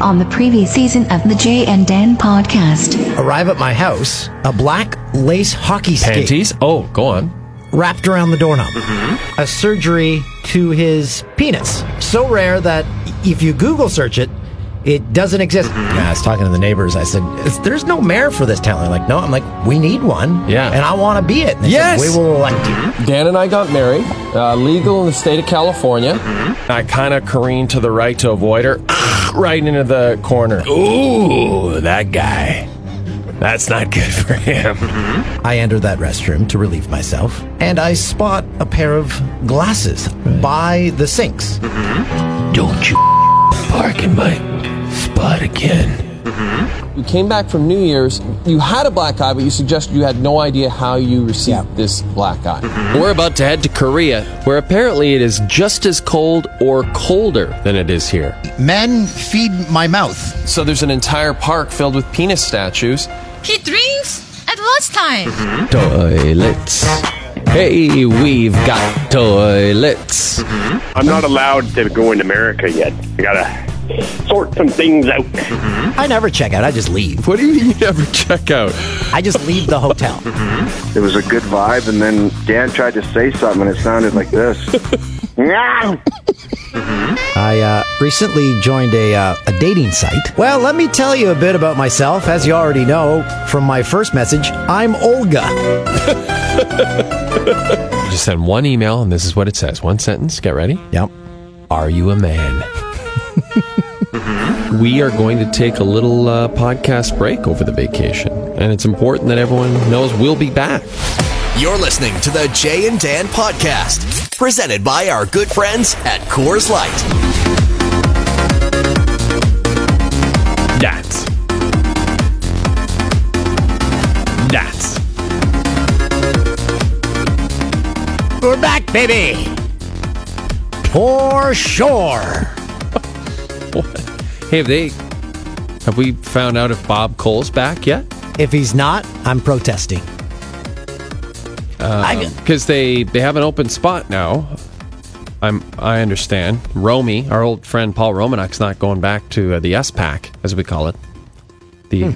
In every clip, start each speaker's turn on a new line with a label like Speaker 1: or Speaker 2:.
Speaker 1: on the previous season of the Jay and Dan podcast.
Speaker 2: Arrive at my house, a black lace hockey stick
Speaker 3: Panties? Oh, go on.
Speaker 2: wrapped around the doorknob.
Speaker 3: Mm-hmm.
Speaker 2: A surgery to his penis. So rare that if you Google search it, it doesn't exist.
Speaker 3: Mm-hmm.
Speaker 2: Yeah, I was talking to the neighbors. I said, "Is- "There's no mayor for this town." They're like, "No." I'm like, "We need one."
Speaker 3: Yeah.
Speaker 2: and I want to be it. And they said,
Speaker 3: Yes! Mm-hmm.
Speaker 2: we will elect you.
Speaker 4: Dan and I got married, uh, legal in the state of California.
Speaker 3: Mm-hmm. I kind of careened to the right to avoid her, right into the corner. Ooh, that guy. That's not good for him.
Speaker 2: I enter that restroom to relieve myself, and I spot a pair of glasses by the sinks.
Speaker 3: Mm-hmm. Don't you park in my spot again.
Speaker 4: You Mm-hmm. came back from New Year's. You had a black eye, but you suggested you had no idea how you received this black eye.
Speaker 5: Mm-hmm. We're about to head to Korea, where apparently it is just as cold or colder than it is here.
Speaker 6: Men feed my mouth.
Speaker 4: So there's an entire park filled with penis statues.
Speaker 7: He drinks at lunchtime.
Speaker 5: Mm-hmm. Toilets. Hey, we've got toilets.
Speaker 8: I'm not allowed to go in America yet. I gotta sort some things out.
Speaker 2: I never check out. I just leave.
Speaker 5: What do you mean you never check out?
Speaker 2: I just leave the hotel.
Speaker 9: It was a good vibe, and then Dan tried to say something, and it sounded like this.
Speaker 2: I uh, recently joined a, uh, a dating site. Well, let me tell you a bit about myself. As you already know from my first message, I'm Olga.
Speaker 5: You just send one email, and this is what it says. One sentence. Get ready.
Speaker 2: Yep.
Speaker 5: Are you a man? we are going to take a little uh, podcast break over the vacation, and it's important that everyone knows we'll be back.
Speaker 10: You're listening to the Jay and Dan podcast, presented by our good friends at Coors Light.
Speaker 3: That's. That's.
Speaker 2: We're back, baby. For sure.
Speaker 5: Hey, have they? Have we found out if Bob Cole's back yet?
Speaker 2: If he's not, I'm protesting. I,
Speaker 5: Because they they have an open spot now. I'm I understand. Romy, our old friend Paul Romanek's not going back to uh, the S Pack as we call it. The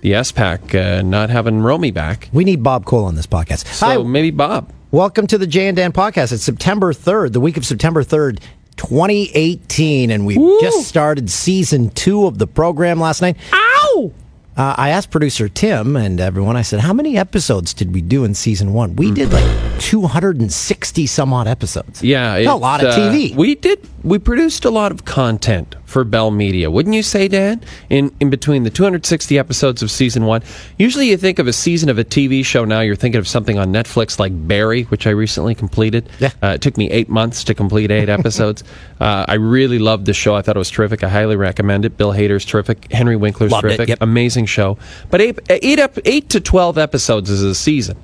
Speaker 5: the S Pack uh, not having Romy back.
Speaker 2: we need Bob Cole on this podcast.
Speaker 5: So
Speaker 2: Hi,
Speaker 5: maybe Bob.
Speaker 2: Welcome to the Jay and Dan podcast. It's September 3rd, the week of September 3rd, 2018, and we have just started season two of the program last night. Ow! Uh, I asked producer Tim and everyone, I said, how many episodes did we do in season one? We did like 260 some odd episodes.
Speaker 5: Yeah,
Speaker 2: That's a
Speaker 5: it's,
Speaker 2: lot of
Speaker 5: uh,
Speaker 2: TV.
Speaker 5: we did. We produced a lot of content for Bell Media, wouldn't you say, Dan? In in between the 260 episodes of season one, usually you think of a season of a TV show. Now you're thinking of something on Netflix like Barry, which I recently completed.
Speaker 2: Yeah.
Speaker 5: Uh, it took me eight months to complete eight episodes. Uh, I really loved the show. I thought it was terrific. I highly recommend it. Bill Hader's terrific. Henry Winkler's
Speaker 2: Loved it,
Speaker 5: terrific.
Speaker 2: yep.
Speaker 5: Amazing show. But eight, eight, ep- eight to 12 episodes is a season.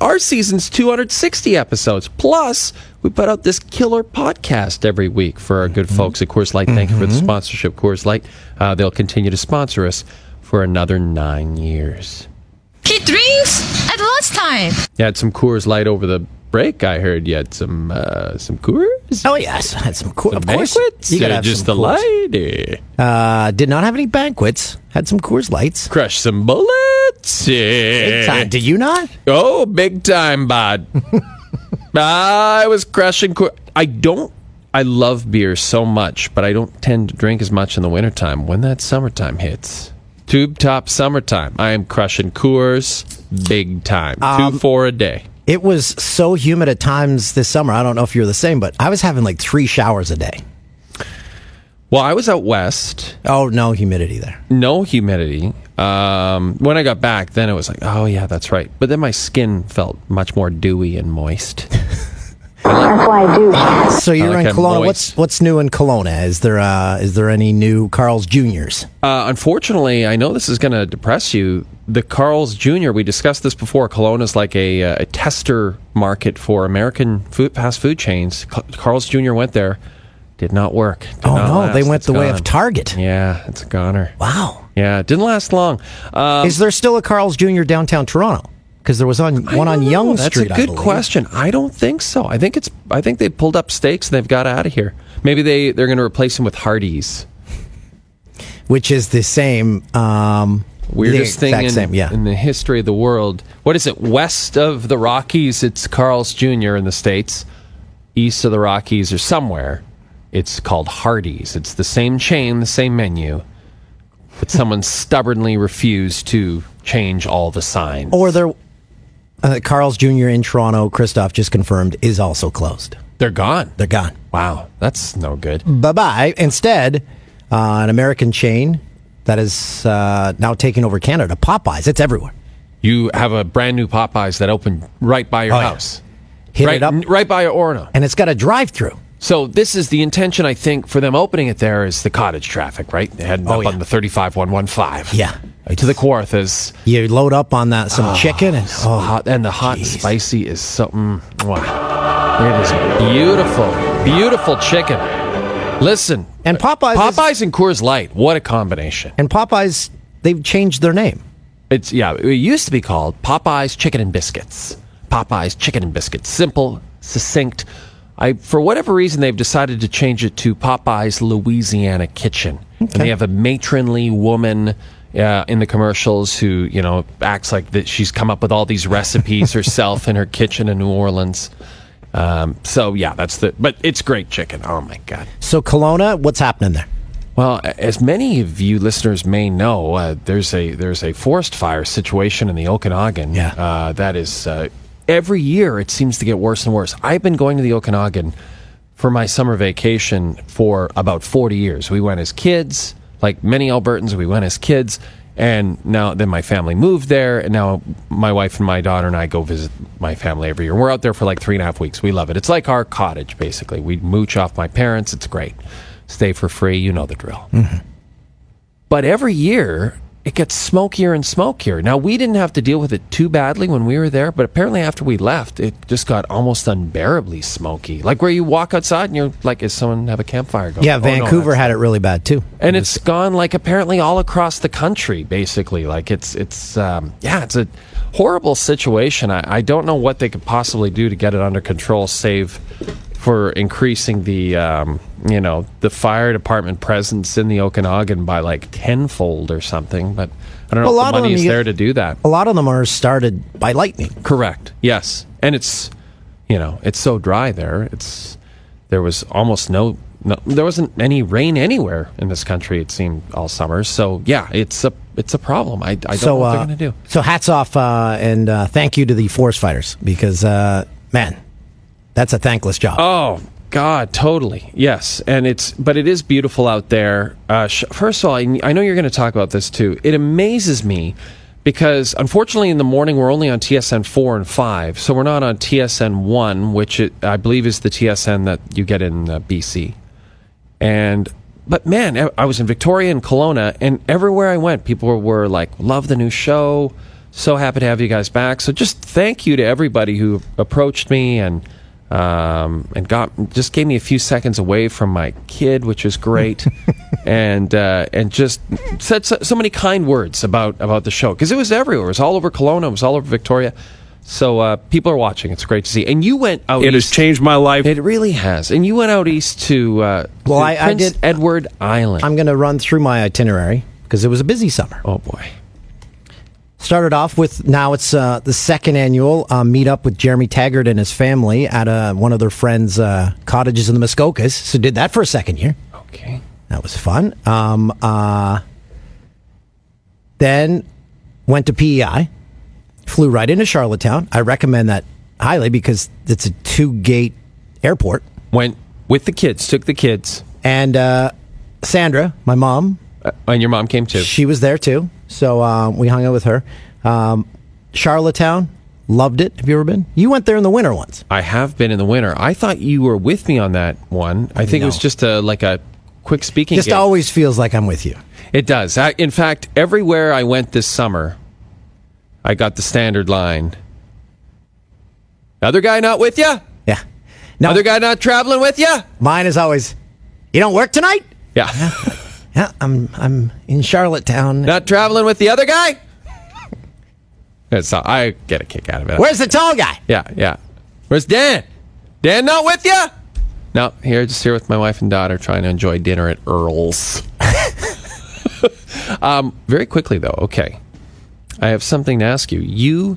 Speaker 5: Our season's 260 episodes. Plus, we put out this killer podcast every week for our
Speaker 2: Mm-hmm.
Speaker 5: good folks at Coors Light. Thank you for the sponsorship, Coors Light. Uh, they'll continue to sponsor us for another nine years.
Speaker 7: He drinks at lunchtime.
Speaker 5: You had some Coors Light over the break, I heard. You had some, uh, some Coors?
Speaker 2: Oh yes, I had some, co- of course.
Speaker 5: banquets?
Speaker 2: You gotta
Speaker 5: Or
Speaker 2: have
Speaker 5: just
Speaker 2: some
Speaker 5: the
Speaker 2: Coors.
Speaker 5: light.
Speaker 2: Uh, did not have any banquets. Had some Coors Lights.
Speaker 5: Crush some bullets.
Speaker 2: Big
Speaker 5: Yeah.
Speaker 2: time. Did you not?
Speaker 5: Oh, big time, bod. I was crushing. Cor- I don't. I love beer so much, but I don't tend to drink as much in the wintertime. When that summertime hits, tube top summertime, I am crushing Coors big time. Two four a day.
Speaker 2: It was so humid at times this summer. I don't know if you're the same, but I was having like three showers a day.
Speaker 5: Well, I was out west,
Speaker 2: Oh, no humidity there.
Speaker 5: no humidity. Um, when I got back, then it was like, oh yeah, that's right. But then my skin felt much more dewy and moist.
Speaker 2: So you're
Speaker 5: like
Speaker 2: in
Speaker 5: I'm
Speaker 2: Kelowna.
Speaker 5: moist.
Speaker 2: What's what's new in Kelowna? Is there uh, is there any new Carl's Juniors?
Speaker 5: Uh, unfortunately, I know this is going to depress you. The Carl's Jr. We discussed this before. Kelowna is like a, uh, a tester market for American food, fast food chains. Ca- Carl's Jr. went there, did not work. Did
Speaker 2: Oh
Speaker 5: not
Speaker 2: no,
Speaker 5: last.
Speaker 2: they went
Speaker 5: It's
Speaker 2: the way of
Speaker 5: gone.
Speaker 2: Target.
Speaker 5: Yeah, it's a goner.
Speaker 2: Wow.
Speaker 5: Yeah, it didn't last long. Uh,
Speaker 2: is there still a Carl's Junior downtown Toronto? Because there was on one on Young
Speaker 5: that's
Speaker 2: Street.
Speaker 5: a
Speaker 2: I
Speaker 5: good
Speaker 2: believe.
Speaker 5: question. I don't think so. I think it's. I think they pulled up stakes and they've got out of here. Maybe they they're going to replace him with Hardee's.
Speaker 2: which is the same. Um,
Speaker 5: Weirdest
Speaker 2: the
Speaker 5: thing
Speaker 2: exact
Speaker 5: in,
Speaker 2: same, yeah.
Speaker 5: in the history of the world. What is it? West of the Rockies, it's Carl's Jr. in the states. East of the Rockies or somewhere, it's called Hardee's. It's the same chain, the same menu, but someone stubbornly refused to change all the signs.
Speaker 2: Or there, uh, Carl's Jr. in Toronto, Christoph just confirmed, is also closed.
Speaker 5: They're gone.
Speaker 2: They're gone.
Speaker 5: Wow, that's no good.
Speaker 2: Bye bye. Instead, uh, an American chain that is uh, now taking over Canada, Popeyes. It's everywhere.
Speaker 5: You have a brand new Popeyes that opened right by your
Speaker 2: Oh, yeah.
Speaker 5: house.
Speaker 2: Hit
Speaker 5: right,
Speaker 2: it up.
Speaker 5: n- right by Orno.
Speaker 2: And it's got a drive through.
Speaker 5: So this is the intention, I think, for them opening it there is the cottage traffic, right? They had up on the thirty-five one one five.
Speaker 2: Oh, Yeah.
Speaker 5: to the Kawarthas.
Speaker 2: You load up on that some chicken and
Speaker 5: Oh, hot, and the hot and spicy is something. Wow, it is beautiful, beautiful chicken. Listen,
Speaker 2: and Popeyes is-
Speaker 5: Popeyes and Coors Light. What a combination!
Speaker 2: and Popeyes they've changed their name.
Speaker 5: It's yeah. It used to be called Popeyes Chicken and Biscuits. Popeyes Chicken and Biscuits. Simple, succinct. I for whatever reason they've decided to change it to Popeyes Louisiana Kitchen, and they have a matronly woman. Uh, in the commercials, who you know acts like that she's come up with all these recipes herself in her kitchen in New Orleans. Um, so yeah, that's the. But it's great chicken. Oh my god!
Speaker 2: So Kelowna, what's happening there?
Speaker 5: Oh, Well, a- as many of you listeners may know, uh, there's a there's a forest fire situation in the Okanagan.
Speaker 2: Yeah.
Speaker 5: Uh, that is uh, every year it seems to get worse and worse. I've been going to the Okanagan for my summer vacation for about 40 years. We went as kids, like many Albertans, we went as kids, and now then my family moved there, and now my wife and my daughter and I go visit my family every year. We're out there for like three and a half weeks. We love it. It's like our cottage, basically. We mooch off my parents. It's great. Stay for free. You know the drill. But every year, it gets smokier and smokier. Now, we didn't have to deal with it too badly when we were there, but apparently after we left, it just got almost unbearably smoky. Like where you walk outside and you're like, is someone have a campfire going?
Speaker 2: Yeah,
Speaker 5: Oh, no, that's-
Speaker 2: Vancouver had it really bad too.
Speaker 5: and it's gone like apparently all across the country basically like it's it's um, yeah it's a horrible situation I, I don't know what they could possibly do to get it under control save for increasing the um, you know the fire department presence in the okanagan by like tenfold or something but i don't know
Speaker 2: A lot
Speaker 5: if
Speaker 2: of
Speaker 5: the money
Speaker 2: them
Speaker 5: is
Speaker 2: you-
Speaker 5: there to do that
Speaker 2: A lot of them are started by lightning.
Speaker 5: Correct. Yes, and it's you know it's so dry there. It's there was almost no, no there wasn't any rain anywhere in this country. It seemed all summer. So yeah, it's a it's a problem. I, I don't know what they're
Speaker 2: uh,
Speaker 5: gonna do.
Speaker 2: So hats off uh, and uh, thank you to the forest fighters because uh, man, that's a thankless job.
Speaker 5: Oh God, totally. Yes, and it's but it is beautiful out there. Uh, sh- first of all, I, I know you're going to talk about this too. It amazes me because unfortunately, in the morning we're only on TSN four and five, so we're not on TSN one, which it, I believe is the TSN that you get in uh, BC. And but man, e, I- I was in Victoria and Kelowna, and everywhere I went, people were, were like, "Love the new show." So happy to have you guys back. So just thank you to everybody who approached me and um, and got just gave me a few seconds away from my kid, which was great, and uh, and just said so, so many kind words about about the show because it was everywhere. It was all over Kelowna. It was all over Victoria. So uh, people are watching. It's great to see. And you went out.
Speaker 3: It has
Speaker 5: east.
Speaker 3: changed my life.
Speaker 5: It really has. And you went out east to uh,
Speaker 2: Well,
Speaker 5: to
Speaker 2: I- I
Speaker 5: Prince
Speaker 2: did-
Speaker 5: Edward Island.
Speaker 2: I'm going to run through my itinerary because it was a busy summer.
Speaker 5: oh boy,
Speaker 2: Started off with now it's uh, the second annual uh, meetup with Jeremy Taggart and his family at uh, one of their friends' uh, cottages in the Muskokas. So did that for a second year.
Speaker 5: okay,
Speaker 2: That was fun. Um, uh, then went to PEI, flew right into Charlottetown. I recommend that highly because it's a two gate airport.
Speaker 5: went with the kids, took the kids,
Speaker 2: And uh, Sandra, my mom,
Speaker 5: uh, and your mom came too.
Speaker 2: she was there too. So um, we hung out with her. Um, Charlottetown, loved it. Have you ever been? You went there in the winter once.
Speaker 5: I have been in the winter. I thought you were with me on that one. I think it was
Speaker 2: No.
Speaker 5: just a like a quick speaking.
Speaker 2: Just
Speaker 5: gig.
Speaker 2: always feels like I'm with you.
Speaker 5: It does. I, in fact, everywhere I went this summer, I got the standard line. Other guy not with you?
Speaker 2: Yeah. Now,
Speaker 5: Other guy not traveling with you?
Speaker 2: mine is always, you don't work tonight?
Speaker 5: Yeah.
Speaker 2: Yeah, I'm I'm in Charlottetown.
Speaker 5: not traveling with the other guy? It's not, I get a kick out of it.
Speaker 2: Where's the tall guy?
Speaker 5: Yeah, yeah. Where's Dan? Dan not with you? No, here, just here with my wife and daughter, trying to enjoy dinner at Earl's. um, very quickly though, okay. I have something to ask you. You,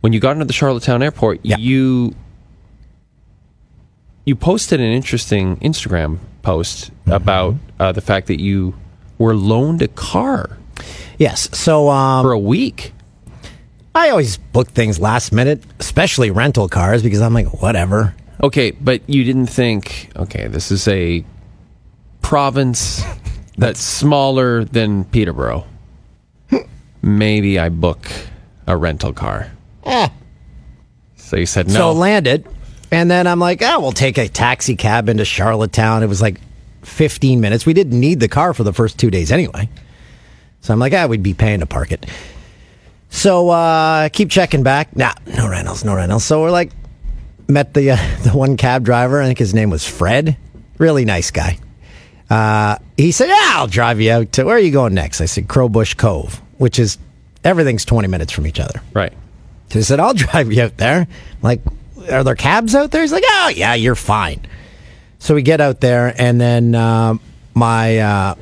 Speaker 5: when you got into the Charlottetown airport, you you posted an interesting Instagram post about uh, the fact that you were loaned a car.
Speaker 2: Yes. So um,
Speaker 5: for a week.
Speaker 2: I always book things last minute, especially rental cars, because I'm like, whatever.
Speaker 5: Okay, but you didn't think, okay, this is a province that's smaller than Peterborough. Maybe I book a rental car.
Speaker 2: Eh.
Speaker 5: So you said no.
Speaker 2: So landed, and then I'm like, oh, we'll take a taxi cab into Charlottetown. It was like 15 minutes. We didn't need the car for the first two days anyway. So I'm like, ah, we'd be paying to park it. So uh, keep checking back. Nah, no rentals, no rentals. So we're like, met the uh, the one cab driver. I think his name was Fred. Really nice guy. Uh, he said, "Yeah, I'll drive you out to where are you going next?" I said, "Crowbush Cove," which is everything's twenty minutes from each other.
Speaker 5: right.
Speaker 2: So he said, I'll drive you out there. I'm like, are there cabs out there? He's like, oh, yeah, you're fine. So we get out there, and then um my uh,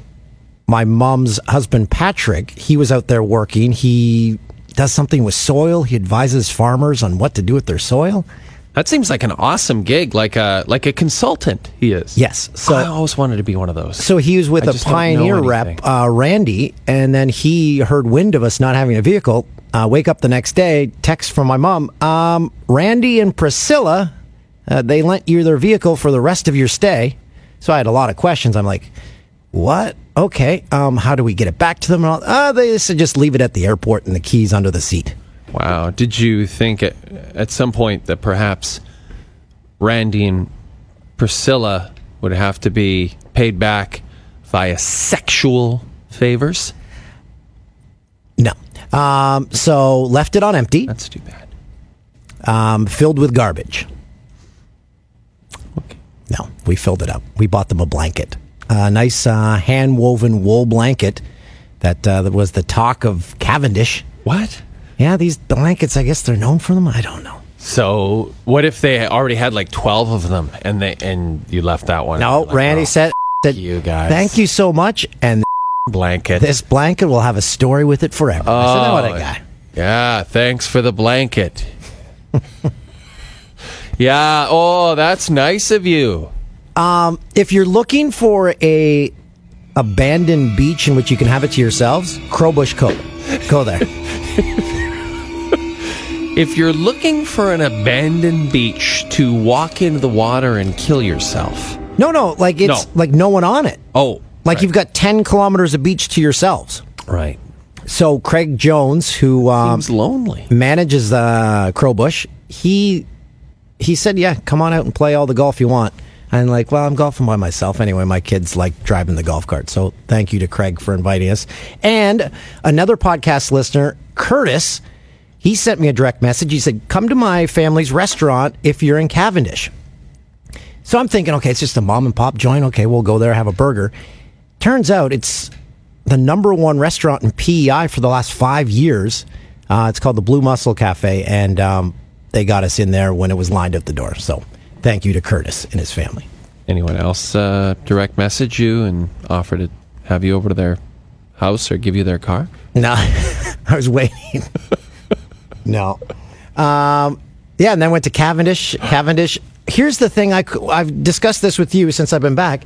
Speaker 2: my mom's husband, Patrick, he was out there working. He does something with soil. He advises farmers on what to do with their soil.
Speaker 5: That seems like an awesome gig, like a like a consultant he is.
Speaker 2: Yes. So
Speaker 5: I always wanted to be one of those.
Speaker 2: So he was with
Speaker 5: I
Speaker 2: a
Speaker 5: just don't know
Speaker 2: Pioneer
Speaker 5: anything.
Speaker 2: rep, uh, Randy, and then he heard wind of us not having a vehicle. Uh, wake up the next day, text from my mom. Um, Randy and Priscilla, uh, they lent you their vehicle for the rest of your stay. So I had a lot of questions. I'm like, what? Okay. Um, how do we get it back to them? And all- Uh, they said just leave it at the airport and the keys under the seat.
Speaker 5: Wow. Did you think at, at some point that perhaps Randy and Priscilla would have to be paid back via sexual favors?
Speaker 2: No. Um, so left it on empty,
Speaker 5: That's too bad.
Speaker 2: um, filled with garbage. No, we filled it up. We bought them a blanket, a nice uh, hand woven wool blanket that uh, that was the talk of Cavendish.
Speaker 5: What?
Speaker 2: Yeah, these blankets. I guess they're known for them. I don't know.
Speaker 5: So what if they already had like twelve of them and they and you left that one?
Speaker 2: No,
Speaker 5: Like,
Speaker 2: Randy
Speaker 5: oh,
Speaker 2: said that.
Speaker 5: you guys.
Speaker 2: Thank you so much, and
Speaker 5: blanket.
Speaker 2: this blanket will have a story with it forever. I said, "Oh, what a
Speaker 5: Oh.
Speaker 2: guy.
Speaker 5: Yeah, thanks for the blanket. yeah, oh, that's nice of you.
Speaker 2: If you're looking for a abandoned beach in which you can have it to yourselves, Crowbush Cove. Go there.
Speaker 5: If you're looking for an abandoned beach to walk into the water and kill yourself.
Speaker 2: No, no, like it's
Speaker 5: No.
Speaker 2: like no one on it.
Speaker 5: Oh,
Speaker 2: Like
Speaker 5: right,
Speaker 2: you've got ten kilometers of beach to yourselves.
Speaker 5: right.
Speaker 2: So Craig Jones, who um,
Speaker 5: Seems lonely.
Speaker 2: manages uh, Crowbush, he he said, "Yeah, come on out and play all the golf you want." And like, well, I'm golfing by myself anyway. My kids like driving the golf cart, so thank you to Craig for inviting us. And another podcast listener, Curtis, he sent me a direct message. He said, "Come to my family's restaurant if you're in Cavendish." So I'm thinking, okay, it's just a mom and pop joint. Okay, we'll go there, have a burger. Turns out it's the number one restaurant in PEI for the last five years. Uh, it's called the Blue Muscle Cafe, and um, they got us in there when it was lined up the door. So thank you to Curtis and his family.
Speaker 5: Anyone else uh, direct message you and offer to have you over to their house or give you their car?
Speaker 2: No, I was waiting. no. Um, yeah, and then went to Cavendish. Cavendish. Here's the thing I, have discussed this with you since I've been back.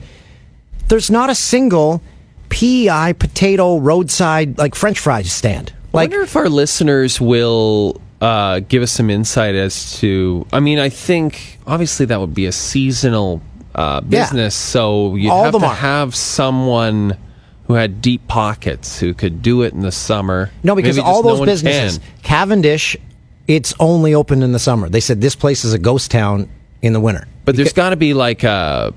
Speaker 2: There's not a single PEI potato roadside, like French fries stand. Like,
Speaker 5: I wonder if our listeners will uh, give us some insight as to. I mean, I think obviously that would be a seasonal uh,
Speaker 2: Yeah.
Speaker 5: business, so you'd
Speaker 2: All
Speaker 5: have
Speaker 2: them
Speaker 5: to
Speaker 2: are.
Speaker 5: have someone who had deep pockets who could do it in the summer.
Speaker 2: No, because
Speaker 5: Maybe
Speaker 2: all
Speaker 5: just no
Speaker 2: those
Speaker 5: one
Speaker 2: businesses,
Speaker 5: can.
Speaker 2: Cavendish, it's only open in the summer. They said this place is a ghost town in the winter.
Speaker 5: But there's got to be like a.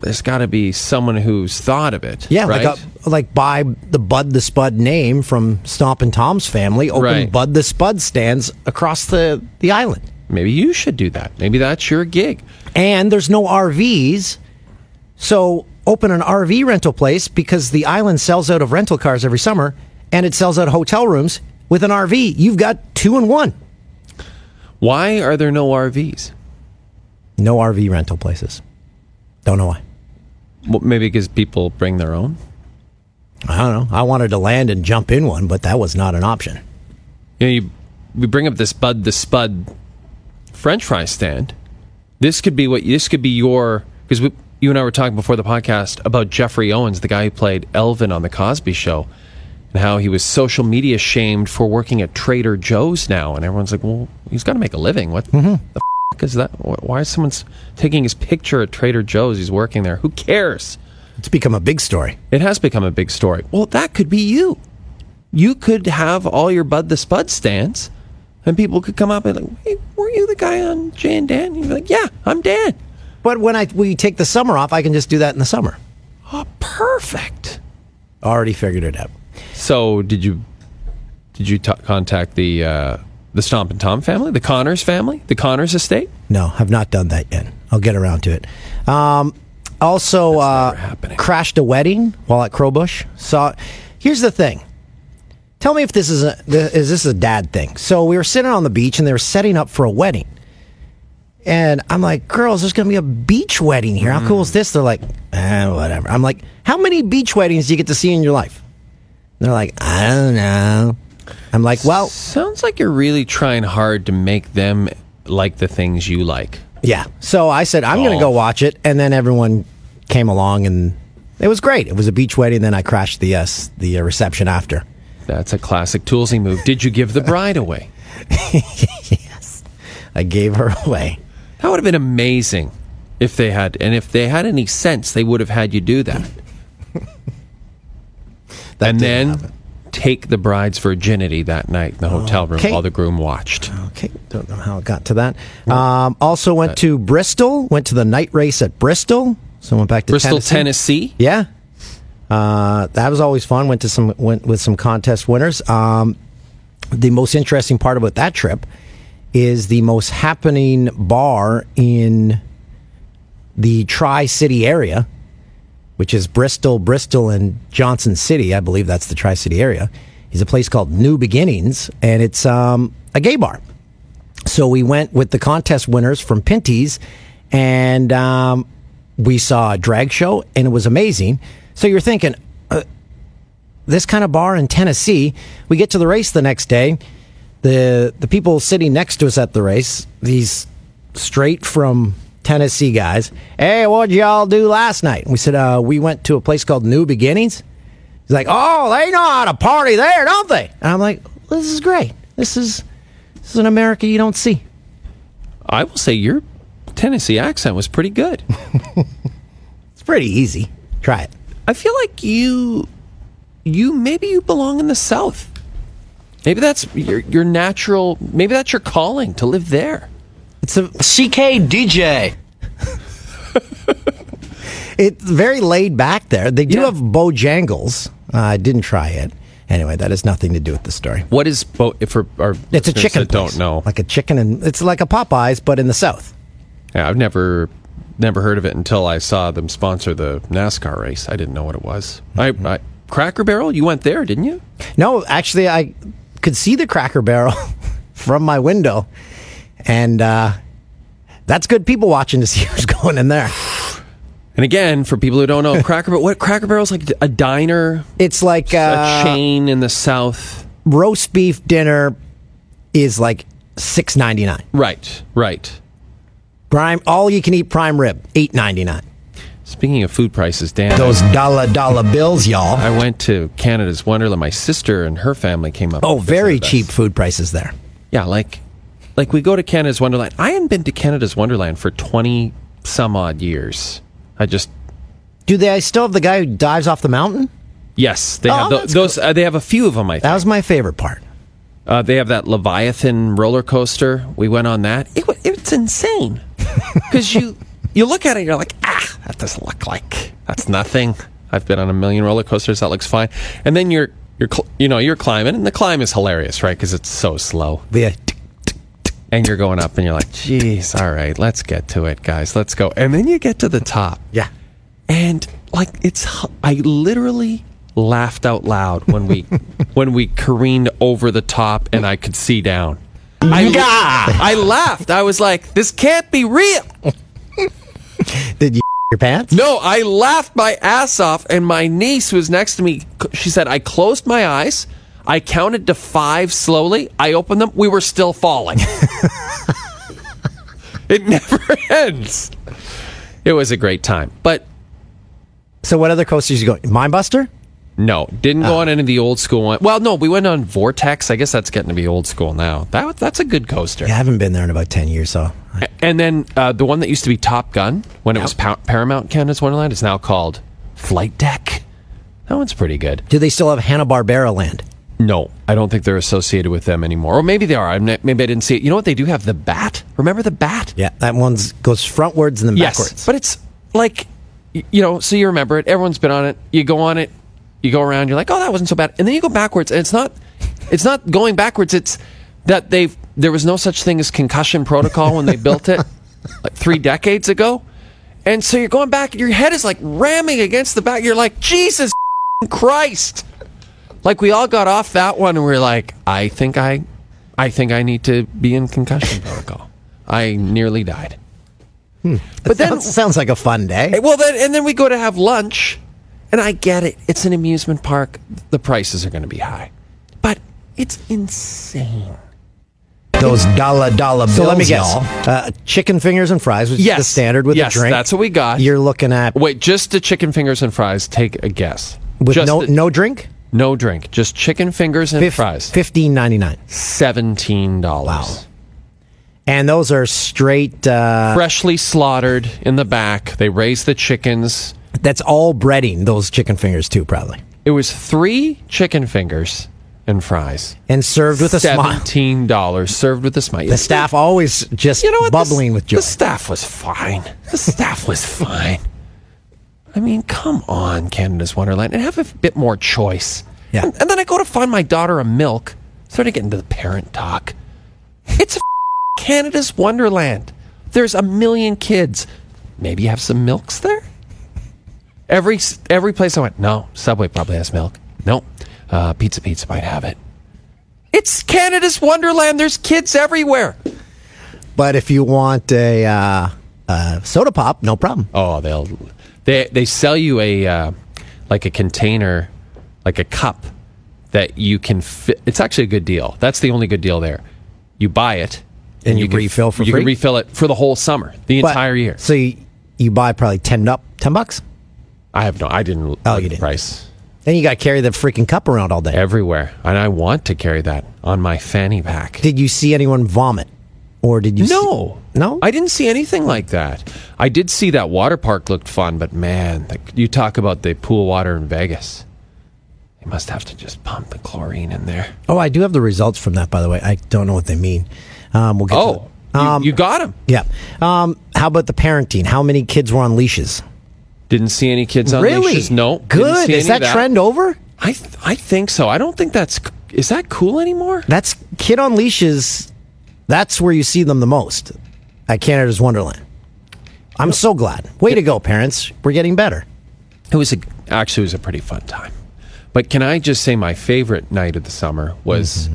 Speaker 5: There's got to be someone who's thought of it.
Speaker 2: Yeah,
Speaker 5: right?
Speaker 2: like a, like by the Bud the Spud name from Stomp and Tom's family, open
Speaker 5: Right.
Speaker 2: Bud the Spud stands across the the island.
Speaker 5: maybe you should do that. Maybe that's your gig.
Speaker 2: And there's no RVs. So open an RV rental place because the island sells out of rental cars every summer and it sells out hotel rooms With an RV, you've got two in one.
Speaker 5: Why are there no RVs?
Speaker 2: No RV rental places. Don't know why.
Speaker 5: Well, maybe because people bring their own.
Speaker 2: I don't know. I wanted to land and jump in one, but that was not an option.
Speaker 5: You know, you, we bring up the Spud, the Spud French fry stand. This could be what this could be your because you and I were talking before the podcast about Jeffrey Owens, the guy who played Elvin on the Cosby Show, and how he was social media shamed for working at Trader Joe's now, and everyone's like, "Well, he's got to make a living. What the f- is that? Wh- Why is someone's taking his picture at Trader Joe's? He's working there. Who cares?"
Speaker 2: It's become a big story.
Speaker 5: It has become a big story. Well, that could be you. You could have all your Bud the Spud stands, and people could come up and like, hey, were you the guy on Jay and Dan? You'd be like, yeah, I'm Dan.
Speaker 2: But when I we take the summer off, I can just do that in the summer.
Speaker 5: Oh, perfect.
Speaker 2: Already figured it out.
Speaker 5: So did you did you t- contact the uh, the Stomp and Tom family, the Connors family, the Connors estate?
Speaker 2: No, have not done that yet. I'll get around to it. Um, also, uh, crashed a wedding while at Crowbush. Saw. Here's the thing. Tell me if this is a th- is this a dad thing? So we were sitting on the beach and they were setting up for a wedding, and I'm like, "Girls, there's gonna be a beach wedding here. How cool is this?" They're like, eh, "Whatever." I'm like, "How many beach weddings do you get to see in your life?" And they're like, "I don't know." I'm like, "Well,
Speaker 5: Sounds like you're really trying hard to make them like the things you like.
Speaker 2: Yeah. So I said, I'm going to go watch it. And then everyone came along and it was great. It was a beach wedding. Then I crashed the, uh, s- the uh, reception after.
Speaker 5: That's a classic Toolsy move. Did you give the bride away?
Speaker 2: I gave her away.
Speaker 5: That would have been amazing if they had, and if they had any sense, they would have had you do that. and then take the bride's virginity that night in the hotel room
Speaker 2: Okay.
Speaker 5: while the groom watched.
Speaker 2: Okay. Don't know how it got to that. Um, also went to Bristol, went to the night race at Bristol. So went back to
Speaker 5: Bristol,
Speaker 2: Tennessee.
Speaker 5: Tennessee.
Speaker 2: Yeah. Uh, that was always fun. Went to some went with some contest winners. Um, the most interesting part about that trip is the most happening bar in the Tri City area, which is Bristol, Bristol, and Johnson City. I believe that's the Tri City area. Is a place called New Beginnings, and it's um, a gay bar. So we went with the contest winners from Pinty's, and um, we saw a drag show, and it was amazing. So you're thinking, uh, this kind of bar in Tennessee. We get to the race the next day. the The people sitting next to us at the race, these straight from Tennessee guys. Hey, what'd y'all do last night? And we said uh, we went to a place called New Beginnings. He's like, oh, they know how to party there, don't they? And I'm like, this is great. This is this is an America you don't see.
Speaker 5: I will say your Tennessee accent was pretty good.
Speaker 2: It's pretty easy. Try it.
Speaker 5: I feel like you, you maybe you belong in the South. Maybe that's your your natural. Maybe that's your calling to live there.
Speaker 2: It's a
Speaker 11: CK DJ.
Speaker 2: it's very laid back there. They do have Bojangles. Uh, I didn't try it. Anyway, that has nothing to do with the story.
Speaker 5: What is bo- if for our
Speaker 2: It's a
Speaker 5: listeners
Speaker 2: chicken.
Speaker 5: that don't
Speaker 2: place.
Speaker 5: know?
Speaker 2: Like a chicken, and it's like a Popeyes, but in the South.
Speaker 5: Yeah, I've never never heard of it until I saw them sponsor the NASCAR race. I didn't know what it was.
Speaker 2: Mm-hmm.
Speaker 5: I, I Cracker Barrel, you went there, didn't you?
Speaker 2: No, actually, I could see the Cracker Barrel from my window, and uh, that's good people watching to see who's going in there.
Speaker 5: And again, for people who don't know, Cracker Barrel, what Cracker Barrel's like a diner,
Speaker 2: It's like
Speaker 5: a
Speaker 2: uh,
Speaker 5: chain in the South.
Speaker 2: roast beef dinner is like six ninety nine.
Speaker 5: Right, right.
Speaker 2: Prime all you can eat prime rib, eight ninety nine.
Speaker 5: Speaking of food prices, Dan,
Speaker 2: Those dollar dollar bills, y'all.
Speaker 5: I went to Canada's Wonderland. My sister and her family came up.
Speaker 2: Oh,
Speaker 5: to visit
Speaker 2: very
Speaker 5: us.
Speaker 2: cheap food prices there.
Speaker 5: Yeah, like like we go to Canada's Wonderland. I hadn't been to Canada's Wonderland for twenty some odd years. I just
Speaker 2: Do they still have the guy who dives off the mountain?
Speaker 5: yes, they
Speaker 2: Oh,
Speaker 5: have tho-
Speaker 2: that's
Speaker 5: those. Uh, they have a few of them. I think.
Speaker 2: That was my favorite part.
Speaker 5: Uh, they have that Leviathan roller coaster. We went on that. It, wa- it's insane because you you look at it, you're like, ah, that doesn't look like that's nothing. I've been on a million roller coasters. That looks fine. And then you're you're cl- you know you're climbing, and the climb is hilarious, right? Because it's so slow,
Speaker 2: The
Speaker 5: and you're going up, and you're like, jeez, all right, let's get to it, guys, let's go. And then you get to the top,
Speaker 2: yeah.
Speaker 5: and like it's h- I literally laughed out loud when we when we careened over the top and I could see down. I, I laughed. I was like, this can't be real.
Speaker 2: Did you your pants?
Speaker 5: No, I laughed my ass off, and my niece who was next to me, c- she said, I closed my eyes. I counted to five slowly. I opened them. We were still falling. it never ends. It was a great time. But
Speaker 2: So what other coasters you go? Mindbuster?
Speaker 5: no, didn't go on any of the old school one. Well, no, we went on Vortex. I guess that's getting to be old school now. That That's a good coaster.
Speaker 2: Yeah, I haven't been there in about ten years, so
Speaker 5: And then uh, the one that used to be Top Gun when it was pa- Paramount Canada's Wonderland is now called Flight Deck. That one's pretty good.
Speaker 2: do they still have Hanna Barbera land?
Speaker 5: No, I don't think they're associated with them anymore. Or maybe they are. I'm not, maybe I didn't see it. You know what they do have? The bat. Remember the bat?
Speaker 2: Yeah, that one's goes frontwards and then
Speaker 5: Yes,
Speaker 2: backwards.
Speaker 5: but it's like y- you know. So you remember it. Everyone's been on it. You go on it. You go around. You're like, oh, that wasn't so bad. And then you go backwards, and it's not. It's not going backwards. It's that they've there was no such thing as concussion protocol when they built it like three decades ago. And so you're going back, and your head is like ramming against the back. You're like, Jesus Christ! Like we all got off that one, and we are like, I think I, I think I need to be in concussion protocol. I nearly died. But then
Speaker 2: sounds, sounds like a fun day.
Speaker 5: Hey, Well, then, and then we go to have lunch, and I get it. It's an amusement park. The prices are going to be high, but it's insane.
Speaker 2: Those dollar dollar bills. So let me guess.
Speaker 5: y'all.
Speaker 2: Uh, chicken fingers and fries, which
Speaker 5: Yes.
Speaker 2: is the standard with
Speaker 5: Yes,
Speaker 2: a drink.
Speaker 5: that's what we got.
Speaker 2: You're looking at
Speaker 5: Wait, just the chicken fingers and fries. Take a guess.
Speaker 2: with
Speaker 5: Just
Speaker 2: no
Speaker 5: the-
Speaker 2: no drink.
Speaker 5: no drink, just chicken fingers and fries.
Speaker 2: Fifteen ninety nine,
Speaker 5: Seventeen
Speaker 2: Wow.
Speaker 5: dollars.
Speaker 2: and those are straight. Uh,
Speaker 5: Freshly slaughtered in the back. They raise the chickens.
Speaker 2: that's all breading. Those chicken fingers too, probably,
Speaker 5: It was three chicken fingers and fries.
Speaker 2: and served with a smile.
Speaker 5: Seventeen dollars served with a smile.
Speaker 2: The staff always just
Speaker 5: you know what? The s-
Speaker 2: bubbling with joy.
Speaker 5: The staff was fine. The staff was fine. I mean, come on, Canada's Wonderland, and have a bit more choice.
Speaker 2: Yeah.
Speaker 5: And, and then I go to find my daughter a milk. Sort of get into the parent talk. It's a Canada's Wonderland. There's a million kids. Maybe you have some milks there. Every s- every place I went, no. Subway probably has milk. No. Uh, Pizza Pizza might have it. It's Canada's Wonderland. There's kids everywhere.
Speaker 2: But if you want a uh, uh, soda pop, no problem.
Speaker 5: Oh, they'll they they sell you a uh, like a container, like a cup that you can fit. It's actually a good deal. That's the only good deal there. You buy it
Speaker 2: And you
Speaker 5: can-
Speaker 2: refill for
Speaker 5: you
Speaker 2: free?
Speaker 5: can refill it for the whole summer, the
Speaker 2: But-
Speaker 5: entire year.
Speaker 2: So you, you buy probably ten up, ten bucks.
Speaker 5: I have no. I didn't. look
Speaker 2: Oh,
Speaker 5: at
Speaker 2: you
Speaker 5: the
Speaker 2: didn't.
Speaker 5: Price
Speaker 2: Then you got to carry the freaking cup around all day.
Speaker 5: everywhere, and I want to carry that on my fanny pack.
Speaker 2: Did you see anyone vomit, or did you? see-
Speaker 5: No,
Speaker 2: no.
Speaker 5: I didn't see anything like that. I did see that water park looked fun, but man, the, you talk about the pool water in Vegas. They must have to just pump the chlorine in there.
Speaker 2: Oh, I do have the results from that, by the way. I don't know what they mean. Um, we'll get.
Speaker 5: Oh,
Speaker 2: to
Speaker 5: you-
Speaker 2: um,
Speaker 5: you, got him.
Speaker 2: yeah. Um, how about the parenting? How many kids were on leashes?
Speaker 5: Didn't see any kids on
Speaker 2: really?
Speaker 5: leashes. No, didn't
Speaker 2: Good.
Speaker 5: see
Speaker 2: Is
Speaker 5: any of
Speaker 2: that, trend over?
Speaker 5: I th- I think so. I don't think that's c- is that cool anymore.
Speaker 2: That's kid on leashes. That's where you see them the most at Canada's Wonderland. I'm so glad. Way to go, parents. We're getting better.
Speaker 5: It was a, actually it was a pretty fun time. But can I just say my favorite night of the summer was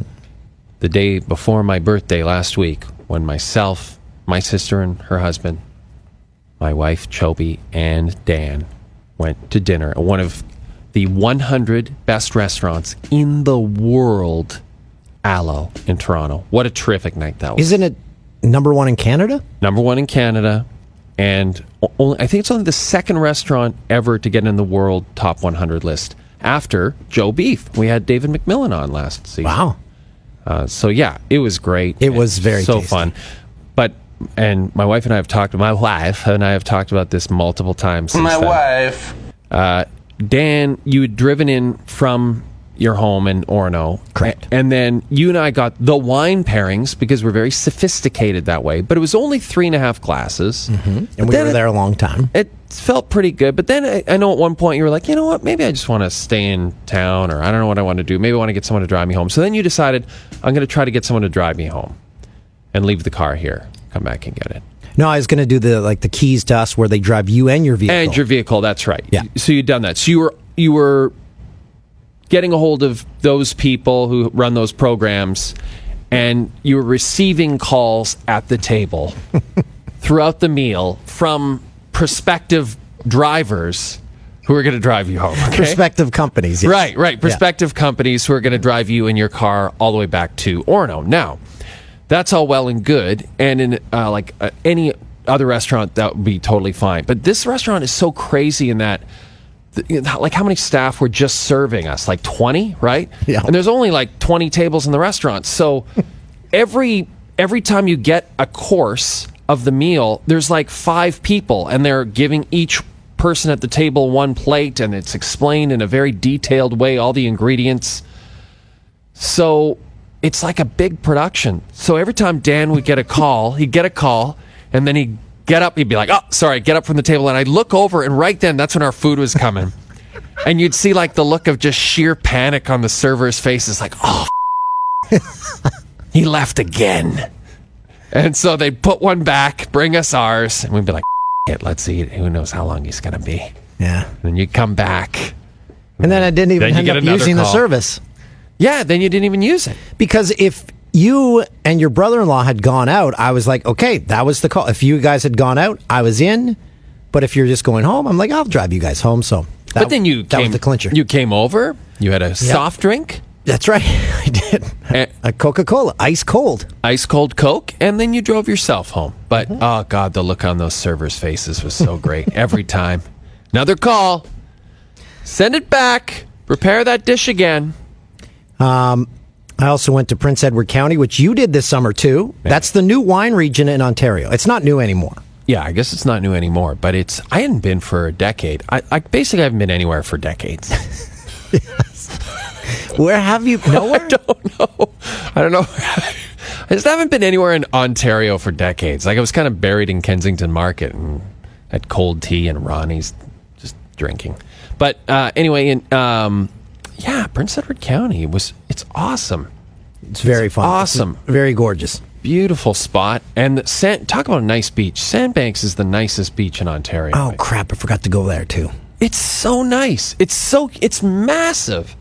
Speaker 5: the day before my birthday last week when myself, my sister and her husband, my wife Chobi and Dan went to dinner at one of the 100 best restaurants in the world, Aloe in Toronto. What a terrific night that was.
Speaker 2: Isn't it number one in Canada?
Speaker 5: number one in Canada, and o- only, I think it's only the second restaurant ever to get in the world top 100 list after Joe Beef. We had David McMillan on last season.
Speaker 2: Wow.
Speaker 5: Uh, so yeah, it was great.
Speaker 2: It was very
Speaker 5: so
Speaker 2: tasty.
Speaker 5: fun. But and my wife and I have talked. My wife and I have talked about this multiple times. Since my wife, uh, Dan, you had driven in from your home in Orono,
Speaker 2: Correct.
Speaker 5: A- And then you and I got the wine pairings because we're very sophisticated that way. But it was only three and a half glasses, and
Speaker 2: And we were there a long time.
Speaker 5: It felt pretty good, but then I, I know at one point you were like, you know what? Maybe I just want to stay in town, or I don't know what I want to do. Maybe I want to get someone to drive me home. So then you decided I'm going to try to get someone to drive me home, and leave the car here, come back and get it.
Speaker 2: No, I was going to do the like the keys to us where they drive you and your vehicle.
Speaker 5: And your vehicle, that's right.
Speaker 2: Yeah.
Speaker 5: So you'd done that. So you were you were getting a hold of those people who run those programs, and you were receiving calls at the table throughout the meal from prospective drivers who are going to drive you home. okay?
Speaker 2: Prospective companies. yes.
Speaker 5: Right, right.
Speaker 2: Yeah.
Speaker 5: Prospective companies who are going to drive you in your car all the way back to Orno. Now, that's all well and good, and in uh, like uh, any other restaurant, that would be totally fine. But this restaurant is so crazy in that, th- you know, like, how many staff were just serving us? Like twenty, right?
Speaker 2: Yeah.
Speaker 5: And there's only like twenty tables in the restaurant, so every every time you get a course of the meal, there's like five people, and they're giving each person at the table one plate, and it's explained in a very detailed way all the ingredients. So it's like a big production. So every time Dan would get a call, he'd get a call, and then he'd get up, he'd be like, oh, sorry, get up from the table. And I'd look over, and right then, that's when our food was coming. and you'd see like the look of just sheer panic on the server's face. It's like, oh, he left again. And so they'd put one back, bring us ours, and we'd be like, it, let's eat. Who knows how long he's going to be?
Speaker 2: Yeah.
Speaker 5: And then you come back.
Speaker 2: And then I didn't even
Speaker 5: Then you
Speaker 2: end
Speaker 5: get
Speaker 2: up
Speaker 5: another
Speaker 2: using the
Speaker 5: call.
Speaker 2: service.
Speaker 5: Yeah, then you didn't even use it.
Speaker 2: Because if you and your brother in law had gone out, I was like, okay, that was the call. If you guys had gone out, I was in. But if you're just going home, I'm like, I'll drive you guys home. So that,
Speaker 5: but then you
Speaker 2: that
Speaker 5: came,
Speaker 2: was the clincher.
Speaker 5: You came over. You had a soft drink,
Speaker 2: That's right. I did.
Speaker 5: eh,
Speaker 2: A Coca Cola, ice cold.
Speaker 5: ice cold Coke, and then you drove yourself home. But
Speaker 2: Mm-hmm.
Speaker 5: oh god, the look on those servers' faces was so great every time. Another call. Send it back. Repair that dish again.
Speaker 2: I also went to Prince Edward County, which you did this summer too. That's the new wine region in Ontario. It's not new anymore.
Speaker 5: Yeah, I guess it's not new anymore, but it's I hadn't been for a decade. I, I basically haven't been anywhere for decades.
Speaker 2: Where have you? Nowhere?
Speaker 5: I don't know. I just haven't been anywhere in Ontario for decades. Like I was kind of buried in Kensington Market and had cold tea and Ronnie's, just drinking. But uh, anyway, in um, yeah, Prince Edward County was it's awesome,
Speaker 2: It's very fun.
Speaker 5: awesome.
Speaker 2: It's very gorgeous.
Speaker 5: beautiful spot, and the sand, talk about a nice beach. Sandbanks is the nicest beach in Ontario.
Speaker 2: Oh crap! I forgot to go there too.
Speaker 5: It's so nice. It's so it's massive,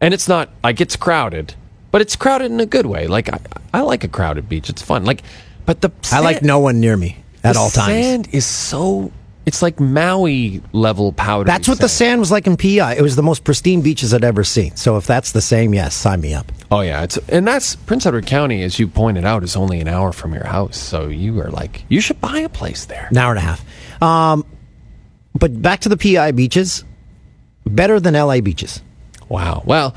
Speaker 5: and it's not like it's crowded, but it's crowded in a good way. Like I, I like a crowded beach. It's fun. Like, but the
Speaker 2: I like
Speaker 5: sand-
Speaker 2: no one near me at
Speaker 5: the
Speaker 2: all times.
Speaker 5: Sand is so it's like Maui level powder.
Speaker 2: That's what the sand was like in PI. It was the most pristine beaches I'd ever seen. So if that's the same, yes, sign me up.
Speaker 5: Oh yeah, it's and that's Prince Edward County, as you pointed out, is only an hour from your house. So you are like you should buy a place there.
Speaker 2: An hour and a half. Um, but back to the PI beaches, better than LA beaches.
Speaker 5: Wow. Well,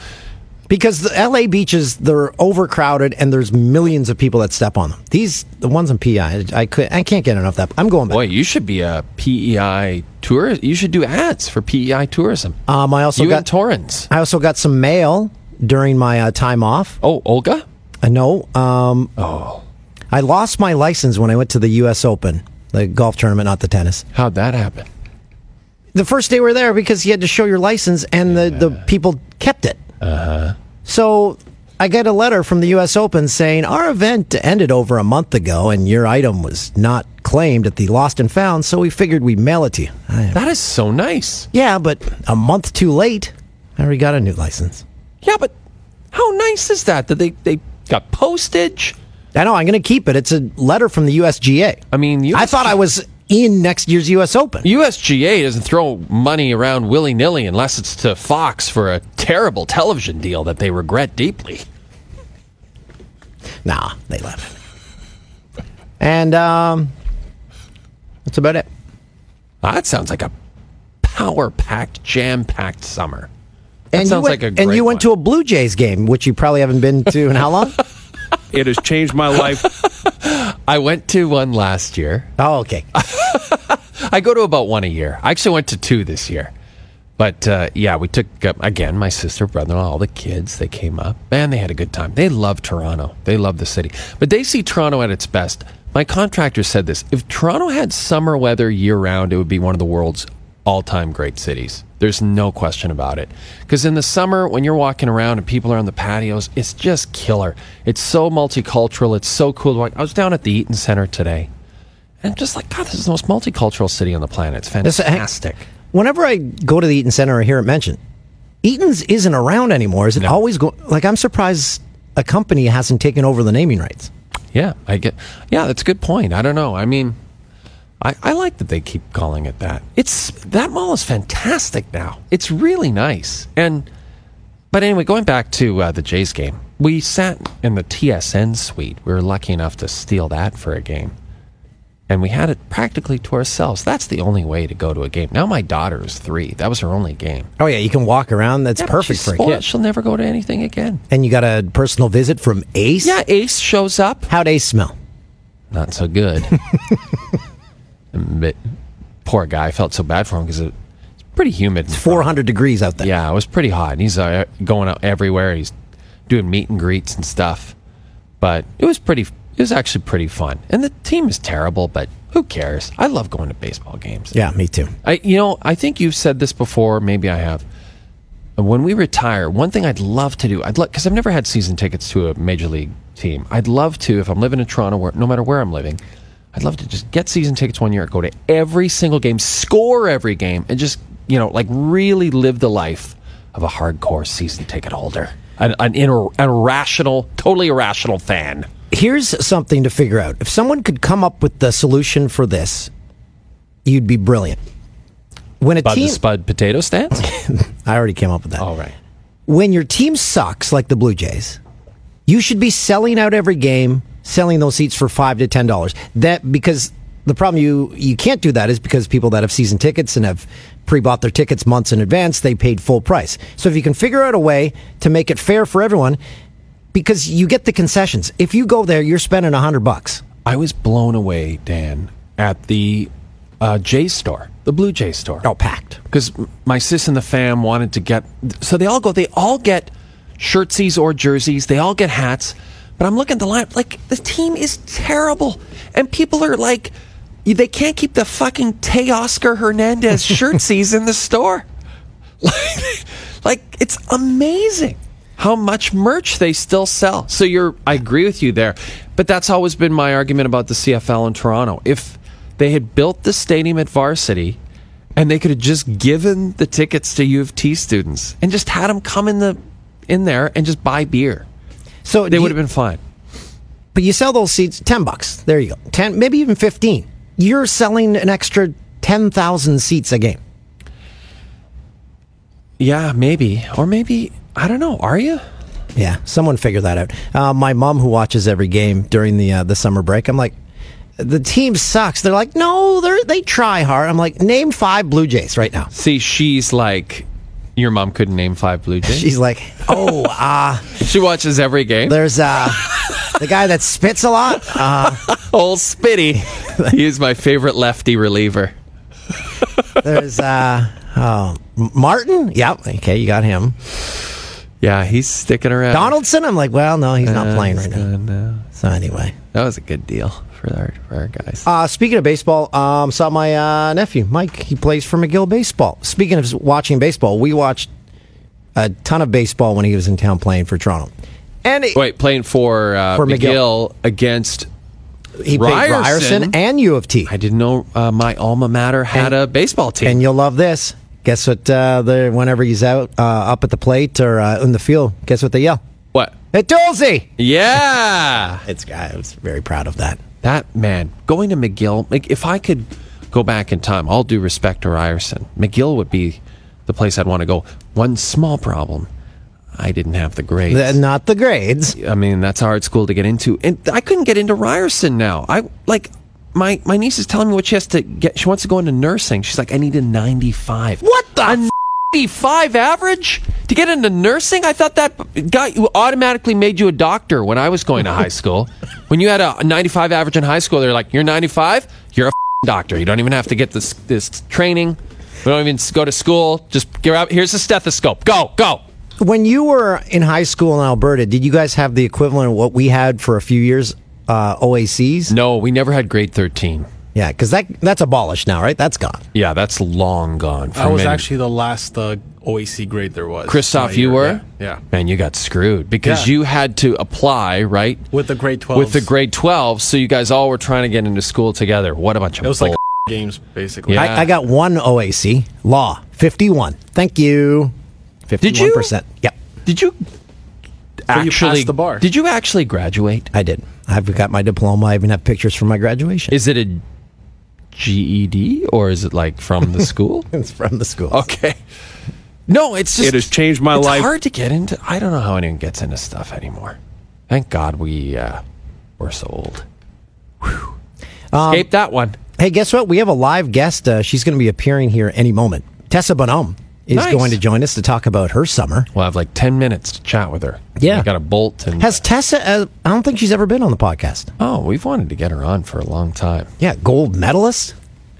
Speaker 2: Because the LA beaches, they're overcrowded and there's millions of people that step on them. These, the ones in PI, I, I could, I can't get enough of that. I'm going back.
Speaker 5: boy, you should be a PEI tourist. You should do ads for PEI tourism.
Speaker 2: Um, I also
Speaker 5: you
Speaker 2: got,
Speaker 5: and Torrens.
Speaker 2: I also got some mail during my uh, time off.
Speaker 5: Oh, Olga.
Speaker 2: I know. Uh, Um, oh. I lost my license when I went to the U.S. Open, the golf tournament, not the tennis.
Speaker 5: How'd that happen?
Speaker 2: the first day we were there because you had to show your license and the, the people kept it. Uh-huh. So I get a letter from the U.S. Open saying our event ended over a month ago and your item was not claimed at the lost and found, so we figured we'd mail it to you. I-
Speaker 5: That is so nice.
Speaker 2: yeah, but a month too late, I already got a new license.
Speaker 5: Yeah, but how nice is that? That they they got postage.
Speaker 2: I know I'm going to keep it. It's a letter from the USGA.
Speaker 5: I mean,
Speaker 2: I thought I was in next year's U.S. Open.
Speaker 5: USGA doesn't throw money around willy nilly unless it's to Fox for a terrible television deal that they regret deeply.
Speaker 2: Nah, they left it. And um, that's about it.
Speaker 5: That sounds like a power packed, jam packed summer.
Speaker 2: and
Speaker 5: sounds
Speaker 2: you went,
Speaker 5: like a
Speaker 2: and
Speaker 5: great
Speaker 2: you went
Speaker 5: one.
Speaker 2: to a Blue Jays game, which you probably haven't been to in how long?
Speaker 11: It has changed my life.
Speaker 5: I went to one last year.
Speaker 2: oh, okay.
Speaker 5: I go to about one a year. I actually went to two this year. But uh, yeah, we took, uh, again, my sister, brother in law, all the kids, they came up. Man, they had a good time. They love Toronto. They love the city. But they see Toronto at its best. My contractor said this if Toronto had summer weather year round, it would be one of the world's all time great cities. There's no question about it. Because in the summer, when you're walking around and people are on the patios, it's just killer. It's so multicultural. It's so cool. to walk. I was down at the Eaton Center today. And I'm just like, God, this is the most multicultural city on the planet. It's
Speaker 2: This-
Speaker 5: fantastic.
Speaker 2: Whenever I go to the Eaton Center or hear it mentioned, Eaton's isn't around anymore. Is it always going? Like, I'm surprised a company hasn't taken over the naming rights.
Speaker 5: Yeah, I get. Yeah, that's a good point. I don't know. I mean, I, I like that they keep calling it that. It's that mall is fantastic now. It's really nice. And but anyway, going back to uh, the Jays game, we sat in the TSN suite. We were lucky enough to steal that for a game, and we had it practically to ourselves. That's the only way to go to a game. Now my daughter is three. That was her only game.
Speaker 2: Oh yeah, you can walk around. That's
Speaker 5: Yeah, but
Speaker 2: perfect
Speaker 5: she's
Speaker 2: for a
Speaker 5: spoiled.
Speaker 2: kid.
Speaker 5: She'll never go to anything again.
Speaker 2: And you got a personal visit from Ace.
Speaker 5: Yeah, Ace shows up.
Speaker 2: How'd Ace smell?
Speaker 5: Not so good. but poor guy felt so bad for him because it, it's pretty humid. It's
Speaker 2: 400 degrees out there.
Speaker 5: Yeah, it was pretty hot. And he's uh, going out everywhere. He's doing meet and greets and stuff. But it was pretty. It was actually pretty fun. And the team is terrible, but who cares? I love going to baseball games.
Speaker 2: Yeah, me too.
Speaker 5: I, you know, I think you've said this before. Maybe I have. When we retire, one thing I'd love to do, I'd love because I've never had season tickets to a major league team. I'd love to, if I'm living in Toronto, where, no matter where I'm living, I'd love to just get season tickets one year, go to every single game, score every game, and just you know, like really live the life of a hardcore season ticket holder, an an, inner, an irrational, totally irrational fan.
Speaker 2: Here's something to figure out. If someone could come up with the solution for this, you'd be brilliant. When a
Speaker 5: Bud
Speaker 2: team,
Speaker 5: the Oh. Spud potato stance.
Speaker 2: I already came up with that.
Speaker 5: All right.
Speaker 2: When your team sucks, like the Blue Jays, you should be selling out every game, selling those seats for five to ten dollars. That because the problem you you can't do that is because people that have season tickets and have pre-bought their tickets months in advance, they paid full price. So if you can figure out a way to make it fair for everyone, because you get the concessions. If you go there, you're spending a hundred bucks.
Speaker 5: I was blown away, Dan, at the uh, J store, the Blue Jay store.
Speaker 2: Oh, packed.
Speaker 5: Because my sis and the fam wanted to get, so they all go. They all get shirtsies or jerseys. They all get hats. But I'm looking at the lineup. Like the team is terrible, and people are like, they can't keep the fucking Teoscar Hernandez shirtsies in the store. Like it's amazing how much merch they still sell. So you're I agree with you there. But that's always been my argument about the CFL in Toronto. If they had built the stadium at Varsity and they could have just given the tickets to U of T students and just had them come in the in there and just buy beer.
Speaker 2: So
Speaker 5: they
Speaker 2: do
Speaker 5: would
Speaker 2: you-
Speaker 5: have been fine.
Speaker 2: But you sell those seats ten bucks. There you go. Ten, maybe even fifteen. You're selling an extra ten thousand seats a game.
Speaker 5: Yeah, maybe. Or maybe I don't know. Are you?
Speaker 2: Yeah, someone figure that out. Uh, my mom, who watches every game during the uh, the summer break, I'm like, the team sucks. They're like, no, they they try hard. I'm like, name five Blue Jays right now.
Speaker 5: See, she's like your mom couldn't name five Blue Jays.
Speaker 2: She's like, oh, uh,
Speaker 5: she watches every game.
Speaker 2: there's uh, the guy that spits a lot. Uh,
Speaker 5: Old Spitty. he is my favorite lefty reliever.
Speaker 2: there's uh, oh, Martin. Yep. Okay, you got him.
Speaker 5: Yeah, he's sticking around.
Speaker 2: Donaldson. I'm like, well, no, he's not playing right now.
Speaker 5: No.
Speaker 2: So anyway.
Speaker 5: That was a good deal for our, for our guys.
Speaker 2: Uh, speaking of baseball, um, saw my uh, nephew Mike. He plays for McGill baseball. Speaking of watching baseball, we watched a ton of baseball when he was in town playing for Toronto, and it,
Speaker 5: Wait, playing for, uh,
Speaker 2: For McGill.
Speaker 5: McGill. against.
Speaker 2: he played
Speaker 5: Ryerson.
Speaker 2: Ryerson and U of T.
Speaker 5: I didn't know uh, my alma mater had a baseball team.
Speaker 2: And you'll love this. Guess what? Uh, the, whenever he's out uh, up at the plate or uh, in the field, guess what they yell?
Speaker 5: what?
Speaker 2: Hey, Dulce!
Speaker 5: Yeah.
Speaker 2: It's I was very proud of that.
Speaker 5: That man going to McGill. Like, if I could go back in time, all due respect to Ryerson, McGill would be the place I'd want to go. One small problem: I didn't have the grades.
Speaker 2: Th- Not the grades.
Speaker 5: I mean, that's a hard school to get into, and I couldn't get into Ryerson now. I like my my niece is telling me what she has to get. She wants to go into nursing. She's like, I need a ninety five. What the a ninety five average to get into nursing? I thought that got you automatically made you a doctor when I was going to high school. When you had a ninety five average in high school, they're like, you're ninety five, you're a f***ing doctor. You don't even have to get this this training. We don't even go to school. Just get out. Here's a stethoscope. Go go.
Speaker 2: When you were in high school in Alberta, did you guys have the equivalent of what we had for a few years? Uh, OACs?
Speaker 5: No, we never had grade thirteen.
Speaker 2: Yeah, because that that's abolished now, right? That's gone.
Speaker 5: Yeah, that's long gone. For
Speaker 11: I was
Speaker 5: many-
Speaker 11: actually the last uh, OAC grade there was.
Speaker 5: Christoph.
Speaker 11: My
Speaker 5: You
Speaker 11: year,
Speaker 5: were,
Speaker 11: yeah. yeah.
Speaker 5: Man, you got screwed because
Speaker 11: Yeah.
Speaker 5: you had to apply right
Speaker 11: With the grade twelve.
Speaker 5: with the grade twelve. So you guys all were trying to get into school together. What a bunch of
Speaker 11: It was
Speaker 5: bull-
Speaker 11: like games basically.
Speaker 5: Yeah.
Speaker 2: I, I got one OAC law fifty one. Thank you.
Speaker 5: Did you?
Speaker 2: 51%. Yep.
Speaker 5: Did you
Speaker 2: But you
Speaker 5: actually
Speaker 2: passed the bar.
Speaker 5: Did you actually graduate?
Speaker 2: I did. I've got my diploma. I even have pictures from my graduation.
Speaker 5: Is it a GED or is it like from the school?
Speaker 2: it's from the school.
Speaker 5: Okay. No, it's just
Speaker 3: It has changed my
Speaker 5: it's
Speaker 3: life.
Speaker 5: hard to get into. I don't know how anyone gets into stuff anymore. Thank God we uh, we're so old. Um, Escape that one.
Speaker 2: Hey, guess what? We have a live guest. Uh, she's going to be appearing here any moment. Tessa Bonhomme is
Speaker 5: Nice.
Speaker 2: going to join us to talk about her summer.
Speaker 5: We'll have like ten minutes to chat with her.
Speaker 2: Yeah.
Speaker 5: I got a bolt and
Speaker 2: Has Tessa? Uh, I don't think she's ever been on the podcast.
Speaker 5: oh, we've wanted to get her on for a long time.
Speaker 2: Yeah, gold medalist.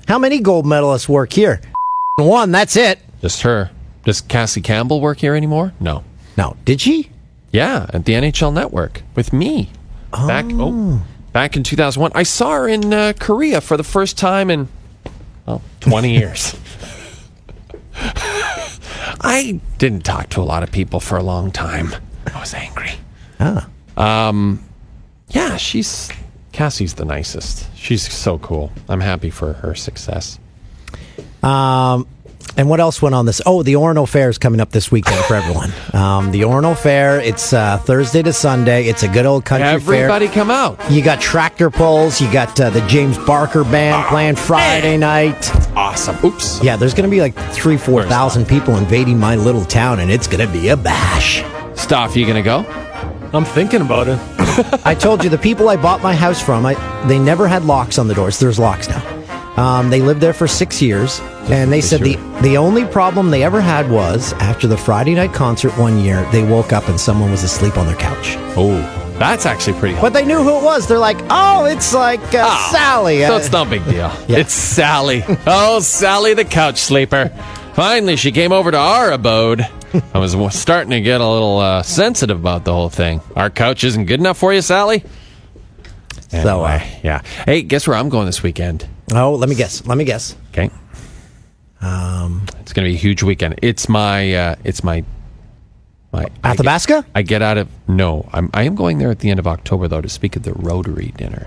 Speaker 2: How many gold medalists work here? One. That's it.
Speaker 5: Just her. Does Cassie Campbell work here anymore? No.
Speaker 2: No. Did she?
Speaker 5: Yeah, at the NHL Network with me. Back oh, back in 2001. I saw her in uh, Korea for the first time in well, 20 years. I didn't talk to a lot of people for a long time. I was angry.
Speaker 2: Ah.
Speaker 5: Um yeah, she's Cassie's the nicest. She's so cool. I'm happy for her success.
Speaker 2: Um, and what else went on this? Oh, the Orono Fair is coming up this weekend for everyone. Um, the Orono Fair. It's uh, Thursday to Sunday. It's a good old country fair.
Speaker 5: Everybody come out.
Speaker 2: You got tractor pulls. You got uh, the James Barker band playing Friday night.
Speaker 5: Awesome. Oops.
Speaker 2: Yeah, there's going to be like three, four thousand people invading my little town, and it's going to be a bash.
Speaker 5: Staff, you gonna go?
Speaker 11: I'm thinking about it.
Speaker 2: I told you the people I bought my house from, I, they never had locks on the doors. There's locks now. Um, they lived there for six years, and they said the the only problem they ever had was after the Friday night concert one year, they woke up and someone was asleep on their couch.
Speaker 5: Oh, that's actually pretty
Speaker 2: But they knew who it was. They're like, "Oh, it's like uh, Sally."
Speaker 5: Ah, So
Speaker 2: Uh,
Speaker 5: it's eh? no big deal.
Speaker 2: Yeah.
Speaker 5: It's Sally. Oh, Sally the couch sleeper. Finally, she came over to our abode. I was wa- starting to get a little uh, sensitive about the whole thing. Our couch isn't good enough for you, Sally?
Speaker 2: So, uh,
Speaker 5: yeah. Hey, guess where I'm going this weekend?
Speaker 2: oh, let me guess. Let me guess.
Speaker 5: Okay. Um, it's going to be a huge weekend. It's my, uh, it's my, my I get-
Speaker 2: Athabasca.
Speaker 5: I get out of no. I'm I am going there at the end of October though to speak at the Rotary dinner.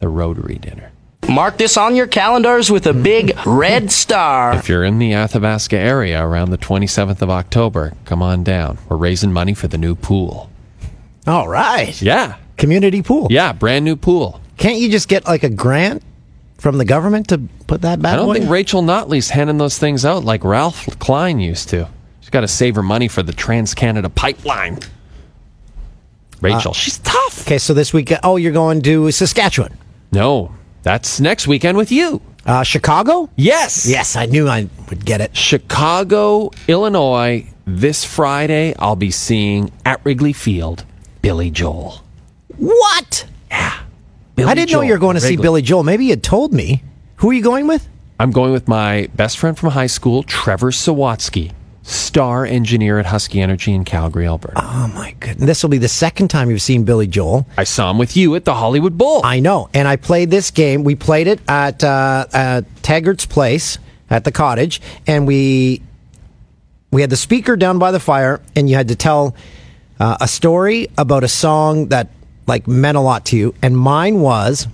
Speaker 5: The Rotary dinner.
Speaker 12: Mark this on your calendars with a big red star.
Speaker 5: If you're in the Athabasca area around the 27th of October, come on down. We're raising money for the new pool.
Speaker 2: All right.
Speaker 5: Yeah.
Speaker 2: Community pool.
Speaker 5: Yeah, brand new pool.
Speaker 2: Can't you just get like a grant from the government to put that
Speaker 5: I
Speaker 2: bad
Speaker 5: don't
Speaker 2: boy?
Speaker 5: think Rachel Notley's handing those things out like Ralph Klein used to. She's got to save her money for the Trans Canada pipeline. Rachel,
Speaker 2: Uh,
Speaker 5: she's tough.
Speaker 2: okay, so this week, oh, you're going to Saskatchewan,
Speaker 5: No, that's next weekend with you.
Speaker 2: uh, Chicago.
Speaker 5: Yes.
Speaker 2: Yes, I knew I would get it.
Speaker 5: Chicago, Illinois, this Friday, I'll be seeing at Wrigley Field Billy Joel.
Speaker 2: What?
Speaker 5: Billy
Speaker 2: I didn't know
Speaker 5: Joel,
Speaker 2: you were going to see
Speaker 5: Wrigley.
Speaker 2: Billy Joel. Maybe you told me. Who are you going with?
Speaker 5: I'm going with my best friend from high school, Trevor Sawatsky, star engineer at Husky Energy in Calgary, Alberta.
Speaker 2: Oh my goodness. This will be the second time you've seen Billy Joel.
Speaker 5: I saw him with you at the Hollywood Bowl.
Speaker 2: I know. And I played this game. We played it at uh, uh, Taggart's place at the cottage, and we we had the speaker down by the fire, and you had to tell uh, a story about a song that like meant a lot to you. And mine was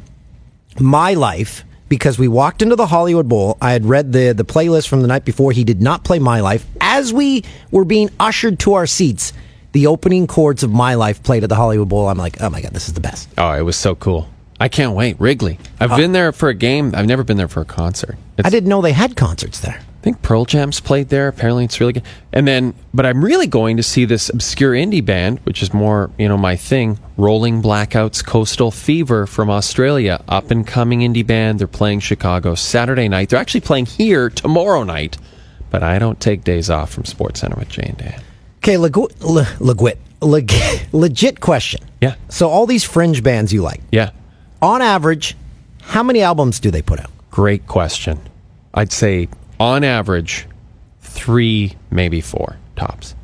Speaker 2: my life because we walked into the Hollywood Bowl. I had read the the playlist from the night before. He did not play My Life. As we were being ushered to our seats, the opening chords of My Life played at the Hollywood Bowl. I'm like, oh my god, this is the best.
Speaker 5: oh, it was so cool. I can't wait. Wrigley. I've been there for a game. I've never been there for a concert. It's,
Speaker 2: I didn't know they had concerts there.
Speaker 5: I think Pearl Jam's played there. Apparently, it's really good. And then, but I'm really going to see this obscure indie band, which is more, you know, my thing. Rolling Blackouts, Coastal Fever from Australia, up and coming indie band. They're playing Chicago Saturday night. They're actually playing here tomorrow night. But I don't take days off from Sports Center with Jay and Dan.
Speaker 2: Okay, Legu- Le- Leguit. Leg- legit question.
Speaker 5: Yeah.
Speaker 2: So all these fringe bands you like,
Speaker 5: Yeah,
Speaker 2: on average, how many albums do they put out?
Speaker 5: great question. I'd say on average, three, maybe four tops.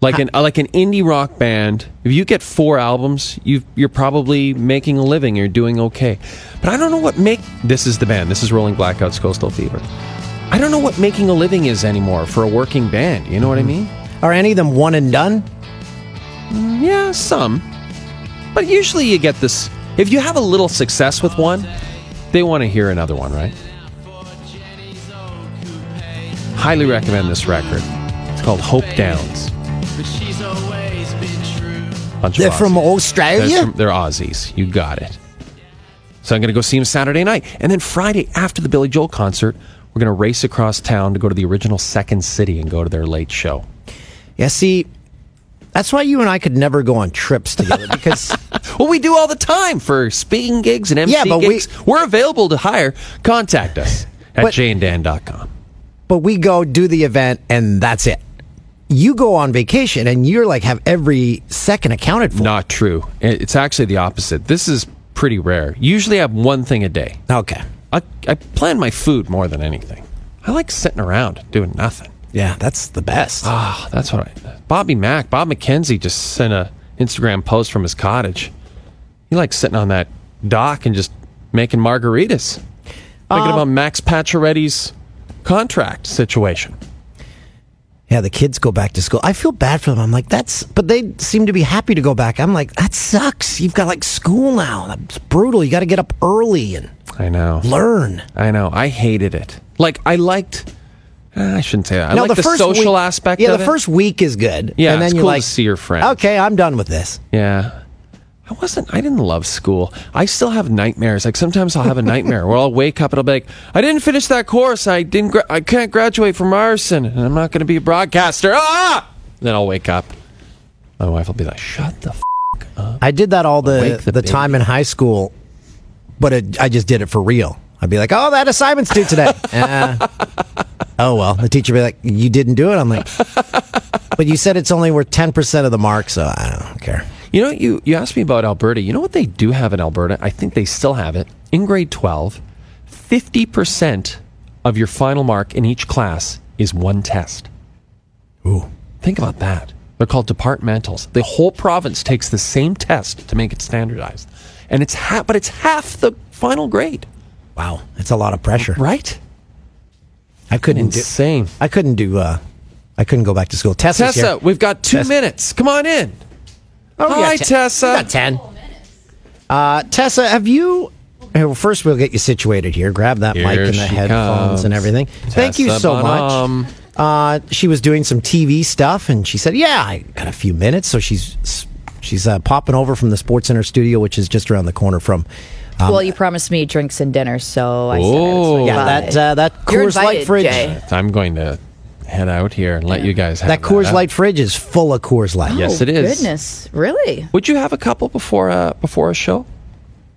Speaker 5: like an uh, like an indie rock band if you get four albums you you're probably making a living you're doing okay but i don't know what make this is the band this is rolling blackouts coastal fever i don't know what making a living is anymore for a working band you know what i mean
Speaker 2: Are any of them one and done?
Speaker 5: yeah some but usually you get this if you have a little success with one they want to hear another one right highly recommend this record It's called Hope Downs. Bunch
Speaker 2: They're from
Speaker 5: Aussies.
Speaker 2: Australia?
Speaker 5: They're, from- they're Aussies. You got it. So I'm going to go see him Saturday night, and then Friday after the Billy Joel concert, we're going to race across town to go to the original Second City and go to their late show.
Speaker 2: Yeah, see, that's why you and I could never go on trips together because.
Speaker 5: well, we do all the time for speaking gigs and MC
Speaker 2: Yeah, but we-
Speaker 5: gigs. We, are available to hire. Contact us at
Speaker 2: But-
Speaker 5: janedan.com.
Speaker 2: but we go do the event and that's it. You go on vacation and you're like have every second accounted for.
Speaker 5: Not true. It- It's actually the opposite. This is pretty rare. Usually I have one thing a day.
Speaker 2: Okay.
Speaker 5: I, I plan my food more than anything. I like sitting around doing nothing.
Speaker 2: Yeah, that's the best.
Speaker 5: Ah, that's what I. Bobby Mack, Bob McKenzie just sent a Instagram post from his cottage. He likes sitting on that dock and just making margaritas.
Speaker 2: Uh,
Speaker 5: Thinking about Max Pacioretty's contract situation.
Speaker 2: Yeah, the kids go back to school. I feel bad for them. I'm like, that's, but they seem to be happy to go back. I'm like, that sucks. You've got like school now. That's brutal. You got to get up early and
Speaker 5: I know.
Speaker 2: learn.
Speaker 5: I know. I hated it. Like I liked. uh, I shouldn't say that. I
Speaker 2: No,
Speaker 5: like the, social aspect.
Speaker 2: Yeah,
Speaker 5: of
Speaker 2: the
Speaker 5: it.
Speaker 2: first week is good.
Speaker 5: Yeah,
Speaker 2: and then
Speaker 5: it's
Speaker 2: you're
Speaker 5: cool to
Speaker 2: like,
Speaker 5: see your friends.
Speaker 2: Okay, I'm done with this.
Speaker 5: Yeah. I wasn't, I didn't love school. I still have nightmares. Like sometimes I'll have a nightmare where I'll wake up and I'll be like, I didn't finish that course. I didn't, gra- I can't graduate from Ryerson and I'm not going to be a broadcaster. Ah! Then I'll wake up. My wife will be like, shut the f-
Speaker 2: I did that all the
Speaker 5: Wake
Speaker 2: the,
Speaker 5: the
Speaker 2: time in high school, but it, I just did it for real. I'd be like, "Oh, that assignment's due today." Uh, oh well, the teacher would be like, "You didn't do it." I'm like, "But you said it's only worth ten percent of the mark, so I don't care."
Speaker 5: You know, you, you asked me about Alberta. You know what they do have in Alberta? I think they still have it. In grade 12, 50% of your final mark in each class is one test.
Speaker 2: Ooh.
Speaker 5: Think about that. They're called departmentals. The whole province takes the same test to make it standardized. And it's half, but it's half the final grade.
Speaker 2: Wow, it's a lot of pressure,
Speaker 5: right?
Speaker 2: I couldn't
Speaker 5: Insane.
Speaker 2: do. I couldn't do. Uh, I couldn't go back to school. Tessa's
Speaker 5: Tessa,
Speaker 2: here.
Speaker 5: we've got two
Speaker 2: Tessa.
Speaker 5: minutes. Come on in.
Speaker 2: Oh, we
Speaker 5: Hi,
Speaker 2: got te-
Speaker 5: Tessa.
Speaker 2: we got ten. Uh, Tessa, have you? Hey, Well, first we'll get you situated here. Grab that mic
Speaker 5: Here
Speaker 2: and the
Speaker 5: she
Speaker 2: headphones and
Speaker 5: comes.
Speaker 2: everything. Thank you
Speaker 5: Tessa
Speaker 2: so
Speaker 5: Bonham.
Speaker 2: much. Uh, she was doing some TV stuff, and she said, "Yeah, I got a few minutes." So she's she's uh, popping over from the Sports Center studio, which is just around the corner from. um,
Speaker 13: well, you promised me drinks and dinner, so I said I would
Speaker 5: Oh.
Speaker 13: swing
Speaker 5: Yeah,
Speaker 13: by.
Speaker 2: that, uh, that
Speaker 13: You're
Speaker 2: Coors Light
Speaker 13: invited,
Speaker 2: fridge.
Speaker 13: Jay.
Speaker 5: I'm going to head out here and let you guys have
Speaker 2: that Coors
Speaker 5: up.
Speaker 2: Light fridge is full of Coors Light.
Speaker 5: Yes, it is.
Speaker 13: Oh, Goodness, really?
Speaker 5: Would you have a couple before uh, before a show?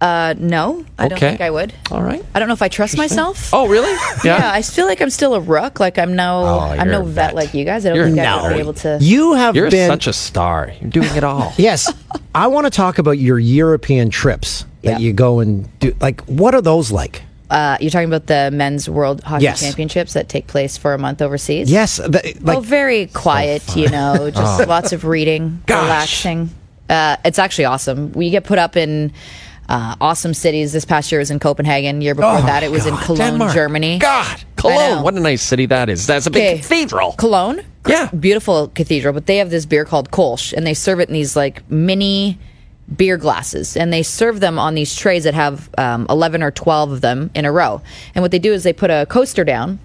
Speaker 13: Uh, no, I don't
Speaker 5: Okay.
Speaker 13: think I would.
Speaker 5: All right.
Speaker 13: I don't know if I trust myself.
Speaker 5: Oh, really?
Speaker 13: Yeah. I feel like I'm still a rook. Like I'm no,
Speaker 5: Oh,
Speaker 13: I'm
Speaker 5: you're
Speaker 13: no
Speaker 5: a
Speaker 13: vet.
Speaker 5: vet.
Speaker 13: like you guys. I don't
Speaker 5: You're
Speaker 13: think I
Speaker 5: no.
Speaker 13: would be able to.
Speaker 2: You have
Speaker 5: You're
Speaker 2: been
Speaker 5: such a star. You're doing it all.
Speaker 2: Yes. I want to talk about your European trips that you go and do. Like, what are those like?
Speaker 13: Uh, you're talking about the men's world hockey
Speaker 2: Yes.
Speaker 13: championships that take place for a month overseas.
Speaker 2: Yes. th- like,
Speaker 13: well, Oh, very quiet, you know, just
Speaker 2: Oh.
Speaker 13: lots of reading, relaxing. Uh, it's actually awesome. We get put up in uh, awesome cities. This past year was in Copenhagen. Year before
Speaker 5: Oh,
Speaker 13: that, it was in
Speaker 5: God.
Speaker 13: Cologne,
Speaker 5: Denmark.
Speaker 13: Germany.
Speaker 5: God, Cologne. What a nice city that is. That's a big
Speaker 13: Okay.
Speaker 5: cathedral.
Speaker 13: Cologne?
Speaker 5: Yeah.
Speaker 13: Beautiful cathedral, but they have this beer called Kolsch, and they serve it in these like mini beer glasses, and they serve them on these trays that have um, 11 or 12 of them in a row. And what they do is they put a coaster down,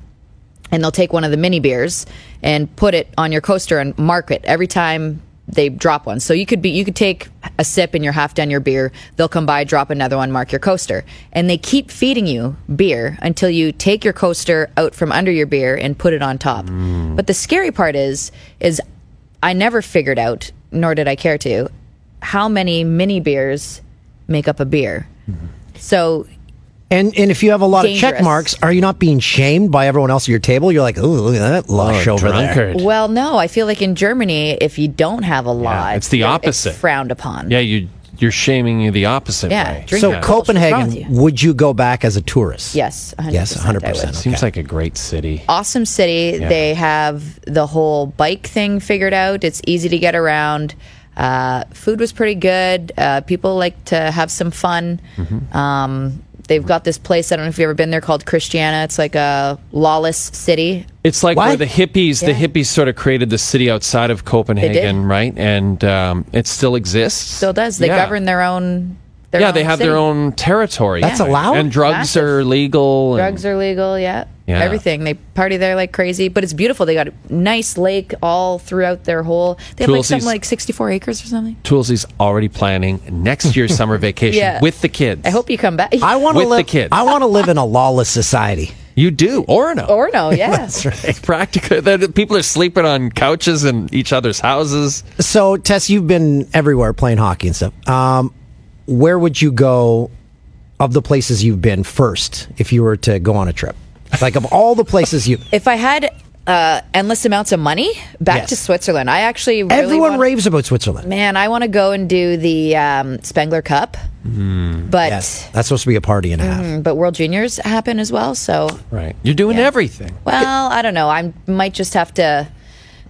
Speaker 13: and they'll take one of the mini beers and put it on your coaster and mark it every time they drop one. So you could be you could take a sip and you're half done your beer. They'll come by, drop another one, mark your coaster. And they keep feeding you beer until you take your coaster out from under your beer and put it on top. But the scary part is is I never figured out nor did I care to how many mini beers make up a beer. So
Speaker 2: and and if you have a lot of check
Speaker 13: Dangerous.
Speaker 2: marks, are you not being shamed by everyone else at your table? You're like, oh, look at that lush
Speaker 5: Oh,
Speaker 2: over
Speaker 5: drunkard.
Speaker 2: there.
Speaker 13: Well, no, I feel like in Germany, if you don't have a lot,
Speaker 5: it's the
Speaker 13: you're-
Speaker 5: opposite.
Speaker 13: frowned upon.
Speaker 5: Yeah, you you're shaming you the opposite
Speaker 13: Yeah,
Speaker 5: way.
Speaker 13: drink
Speaker 2: so
Speaker 13: Yeah. What's wrong
Speaker 2: Copenhagen,
Speaker 13: with
Speaker 2: would you go back as a tourist?
Speaker 13: Yes, 100%.
Speaker 2: Yes, hundred percent.
Speaker 5: Seems like a great city.
Speaker 2: Uh,
Speaker 13: Awesome city.
Speaker 5: Yeah.
Speaker 13: They have the whole bike thing figured out. It's easy to get around. Uh, food was pretty good. Uh, people like to have some fun.
Speaker 5: Mm-hmm.
Speaker 13: Um, they've got this place. I don't know if you've ever been there called Christiana. It's like a lawless city.
Speaker 5: It's like where
Speaker 13: What?
Speaker 5: the hippies,
Speaker 13: Yeah.
Speaker 5: the hippies sort of created the city outside of Copenhagen, right? And um, it still exists.
Speaker 13: Still does. They
Speaker 5: Yeah.
Speaker 13: govern their own. Their
Speaker 5: yeah,
Speaker 13: own
Speaker 5: they have their
Speaker 13: city.
Speaker 5: own territory.
Speaker 13: That's
Speaker 5: right?
Speaker 13: allowed?
Speaker 5: And drugs
Speaker 13: Massive.
Speaker 5: are legal. and-
Speaker 13: Drugs are legal. Yeah.
Speaker 5: Yeah.
Speaker 13: Everything. They party there like crazy, but it's beautiful. They got a nice lake all throughout their whole. They have like
Speaker 5: Tulsi's-
Speaker 13: something like 64 acres or something.
Speaker 5: Toolsy's already planning next year's summer vacation
Speaker 13: Yeah.
Speaker 5: with the kids.
Speaker 13: I hope you come back.
Speaker 5: I wanna With the live- kids. I
Speaker 2: want to live in a lawless society.
Speaker 5: You do, Orono.
Speaker 13: Orno, yeah.
Speaker 2: That's right.
Speaker 5: It's practical. The- the People are sleeping on couches in each other's houses.
Speaker 2: So, Tess, you've been everywhere playing hockey and stuff. Um, where would you go of the places you've been first if you were to go on a trip? Like of all the places you,
Speaker 13: If I had uh, endless amounts of money, back
Speaker 2: Yes.
Speaker 13: to Switzerland. I actually really
Speaker 2: everyone
Speaker 13: wanna-
Speaker 2: raves about Switzerland.
Speaker 13: Man, I want to go and do the um, Spengler Cup,
Speaker 2: Hmm.
Speaker 13: but
Speaker 2: That's supposed to be a party and a half.
Speaker 13: mm, but World Juniors happen as well. So
Speaker 5: Right. You're doing everything.
Speaker 13: Well, I don't know. I might just have to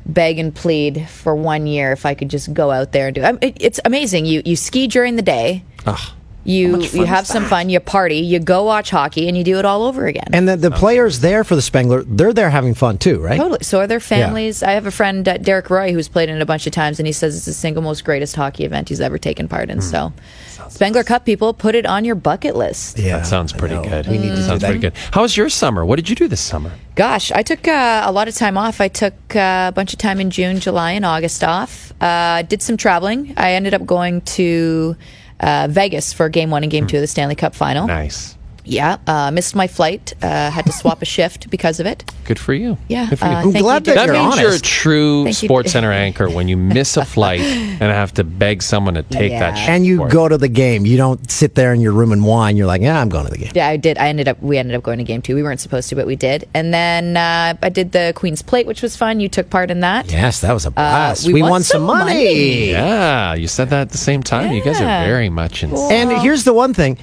Speaker 13: beg and plead for one year if I could just go out there and do. I, it, it's amazing. You you ski during the day. You
Speaker 2: much fun
Speaker 13: you
Speaker 2: is
Speaker 13: have some
Speaker 2: that?
Speaker 13: fun. You party. You go watch hockey, and you do it all over again.
Speaker 2: And the, the players there for the Spengler, they're there having fun too, right?
Speaker 13: Totally. So are there
Speaker 2: Yeah.
Speaker 13: families? I have a friend, uh, Derek Roy, who's played in it a bunch of times, and he says it's the single most greatest hockey event he's ever taken part
Speaker 2: Hmm.
Speaker 13: in. So, Spengler Cup people, put it on your bucket list.
Speaker 5: that sounds pretty good.
Speaker 13: We need to do
Speaker 5: sounds
Speaker 13: that.
Speaker 5: pretty good. How was your summer? What did you do this summer?
Speaker 13: Gosh, I took uh, a lot of time off. I took uh, a bunch of time in June, July, and August off. Uh, did some traveling. I ended up going to uh, Vegas for game one and game two of the Stanley Cup final.
Speaker 5: Nice.
Speaker 13: Yeah. Uh, missed my flight. Uh, had to swap a shift because of it.
Speaker 5: Good for you.
Speaker 13: Yeah,
Speaker 5: Good for
Speaker 13: uh,
Speaker 5: you.
Speaker 13: I'm thank glad you, that
Speaker 5: that
Speaker 13: Derek. you're
Speaker 5: means you're a
Speaker 13: honest.
Speaker 5: true
Speaker 13: Thank you,
Speaker 5: Sports
Speaker 13: Derek.
Speaker 5: Center anchor when you miss a flight and have to beg someone to take that shit.
Speaker 2: And you
Speaker 5: for
Speaker 2: go to the game. You don't sit there in your room and whine. You're like, yeah, I'm going to the game.
Speaker 13: Yeah, I did. I ended up. We ended up going to game two. We weren't supposed to, but we did. And then uh, I did the Queen's Plate, which was fun. You took part in that.
Speaker 2: Yes, that was a blast.
Speaker 13: Uh, we won some money.
Speaker 5: Yeah, you said that at the same time. You guys
Speaker 2: Yeah.
Speaker 5: are very much in.
Speaker 2: And here's the one thing.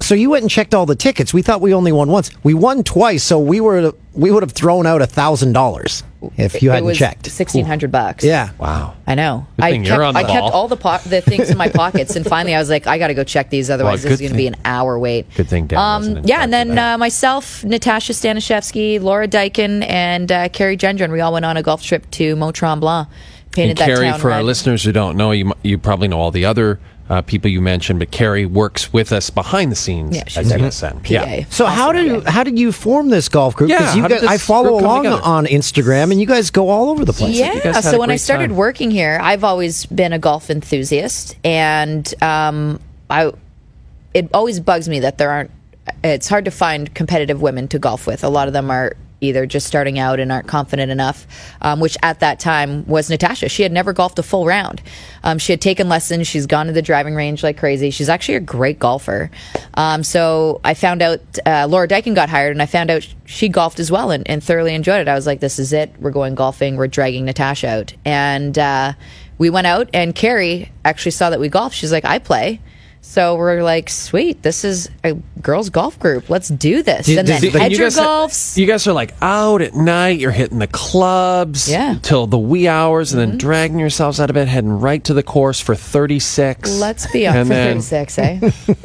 Speaker 2: So you went and checked all the tickets. We thought we only won once. We won twice, so we were we would have thrown out a thousand dollars if you
Speaker 13: It
Speaker 2: hadn't
Speaker 13: was
Speaker 2: checked.
Speaker 13: Sixteen hundred bucks.
Speaker 2: Yeah.
Speaker 5: Wow.
Speaker 13: I know.
Speaker 2: Good
Speaker 13: I
Speaker 2: thing
Speaker 13: kept,
Speaker 2: you're on the
Speaker 13: I kept
Speaker 2: ball.
Speaker 13: all the po- the things in my pockets, and finally I was like, I got to go check these, otherwise
Speaker 5: Well,
Speaker 13: this is
Speaker 5: good
Speaker 13: going to be
Speaker 5: thing-
Speaker 13: an hour wait.
Speaker 5: Good thing Dan wasn't
Speaker 13: Um,
Speaker 5: in
Speaker 13: yeah,
Speaker 5: charge of
Speaker 13: and then
Speaker 5: that.
Speaker 13: uh, myself, Natasha Stanishevsky, Laura Dykin, and uh, Carrie Gendron, we all went on a golf trip to Mont Tremblant. Painted
Speaker 5: and
Speaker 13: that
Speaker 5: Carrie,
Speaker 13: town
Speaker 5: for
Speaker 13: red.
Speaker 5: our listeners who don't know, you m- you probably know all the other uh, people you mentioned, but Carrie works with us behind the scenes
Speaker 13: Yeah,
Speaker 5: at
Speaker 13: she's our
Speaker 5: TSN. Yeah.
Speaker 2: So how do you, how did you form this golf group? 'Cause
Speaker 5: Yeah,
Speaker 2: you
Speaker 5: how did
Speaker 2: guys, I
Speaker 5: this
Speaker 2: follow
Speaker 5: group come
Speaker 2: along
Speaker 5: together?
Speaker 2: on Instagram, and you guys go all over the place.
Speaker 13: Yeah. So when I started working here, I've always been a golf enthusiast, and um, I it always bugs me that there aren't. It's hard to find competitive women to golf with. A lot of them are either just starting out and aren't confident enough, um, which at that time was Natasha. She had never golfed a full round. Um, she had taken lessons. She's gone to the driving range like crazy. She's actually a great golfer. Um, so I found out uh, Laura Dykin got hired, and I found out she golfed as well and, and thoroughly enjoyed it. I was like, this is it. We're going golfing. We're dragging Natasha out. And uh, we went out, and Carrie actually saw that we golfed. She's like, I play. So we're like, sweet, this is a girls' golf group. Let's do this. and then
Speaker 5: you,
Speaker 13: Edger
Speaker 5: guys,
Speaker 13: golf.
Speaker 5: you guys are like out at night, you're hitting the clubs
Speaker 13: Yeah. Mm-hmm.
Speaker 5: till the wee hours and then dragging yourselves out of bed, heading right to the course for 36.
Speaker 13: Let's be on
Speaker 5: And
Speaker 13: for
Speaker 5: then-
Speaker 13: 36,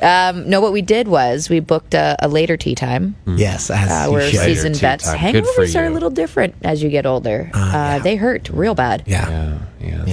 Speaker 13: eh? um, no, what we did was we booked a, a later tea time.
Speaker 2: Yes, as
Speaker 13: Uh,
Speaker 2: you
Speaker 13: we're
Speaker 2: should.
Speaker 13: seasoned
Speaker 2: Mm. Later tea
Speaker 13: vets.
Speaker 2: time. Good for
Speaker 13: Hangovers are a
Speaker 2: you.
Speaker 13: little different as you get older. Uh, They hurt real bad.
Speaker 2: Yeah.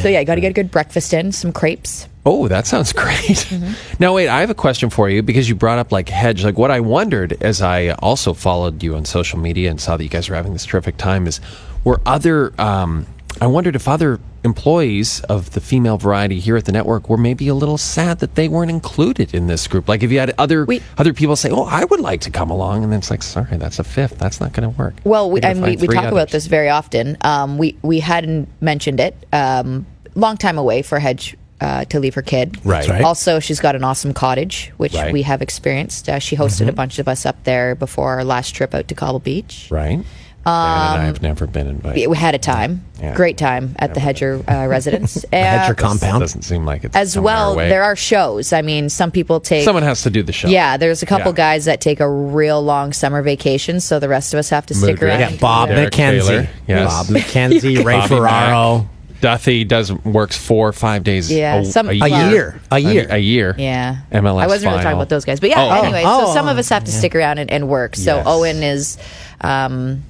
Speaker 13: So yeah, you got to get a good breakfast in, some crepes.
Speaker 5: Oh, that sounds great.
Speaker 13: Mm-hmm.
Speaker 5: Now, wait, I have a question for you because you brought up like hedge. Like, what I wondered as I also followed you on social media and saw that you guys were having this terrific time is were other, um, I wondered if other employees of the female variety here at the network were maybe a little sad that they weren't included in this group. Like, if you had other other people say, oh, I would like to come along, and then it's like, sorry, that's a fifth. That's not going to work.
Speaker 13: Well,
Speaker 5: You're
Speaker 13: we,
Speaker 5: gonna
Speaker 13: and we,
Speaker 5: find
Speaker 13: we
Speaker 5: three
Speaker 13: talk about
Speaker 5: others.
Speaker 13: this very often. Um, we we hadn't mentioned it. Um, long time away for Hedge uh, to leave her kid.
Speaker 5: Right. That's right.
Speaker 13: Also, she's got an awesome cottage, which
Speaker 5: Right. Mm-hmm.
Speaker 13: we have experienced. Uh, she hosted a bunch of us up there before our last trip out to Cobble Beach.
Speaker 5: Right. and
Speaker 13: Um,
Speaker 5: I've never been invited.
Speaker 13: we had a time,
Speaker 5: Yeah.
Speaker 13: great time at the Hedger uh, residence.
Speaker 5: Hedger
Speaker 13: Uh,
Speaker 5: compound doesn't seem like it's
Speaker 13: As
Speaker 5: coming our
Speaker 13: well,
Speaker 5: way.
Speaker 13: there are shows. I mean, some people take
Speaker 5: Someone has to do the show.
Speaker 13: Yeah, there's a couple
Speaker 5: Yeah.
Speaker 13: guys that take a real long summer vacation, so the rest of us have to stick around.
Speaker 2: Yeah, Bob
Speaker 5: Derek
Speaker 2: McKenzie.
Speaker 5: Taylor, yes.
Speaker 2: Bob McKenzie, Ray
Speaker 5: Bobby
Speaker 2: Ferraro.
Speaker 5: Mack. Duffy does works four or five days.
Speaker 13: Yeah,
Speaker 5: a,
Speaker 13: some-
Speaker 5: a
Speaker 13: A
Speaker 5: year,
Speaker 13: year.
Speaker 5: a year, a year.
Speaker 13: Yeah.
Speaker 5: MLS.
Speaker 13: I wasn't really talking
Speaker 5: final.
Speaker 13: about those guys. But yeah,
Speaker 5: Oh, oh.
Speaker 13: anyway, so some of us have to stick around and, and work. So
Speaker 5: Yes.
Speaker 13: Owen is um,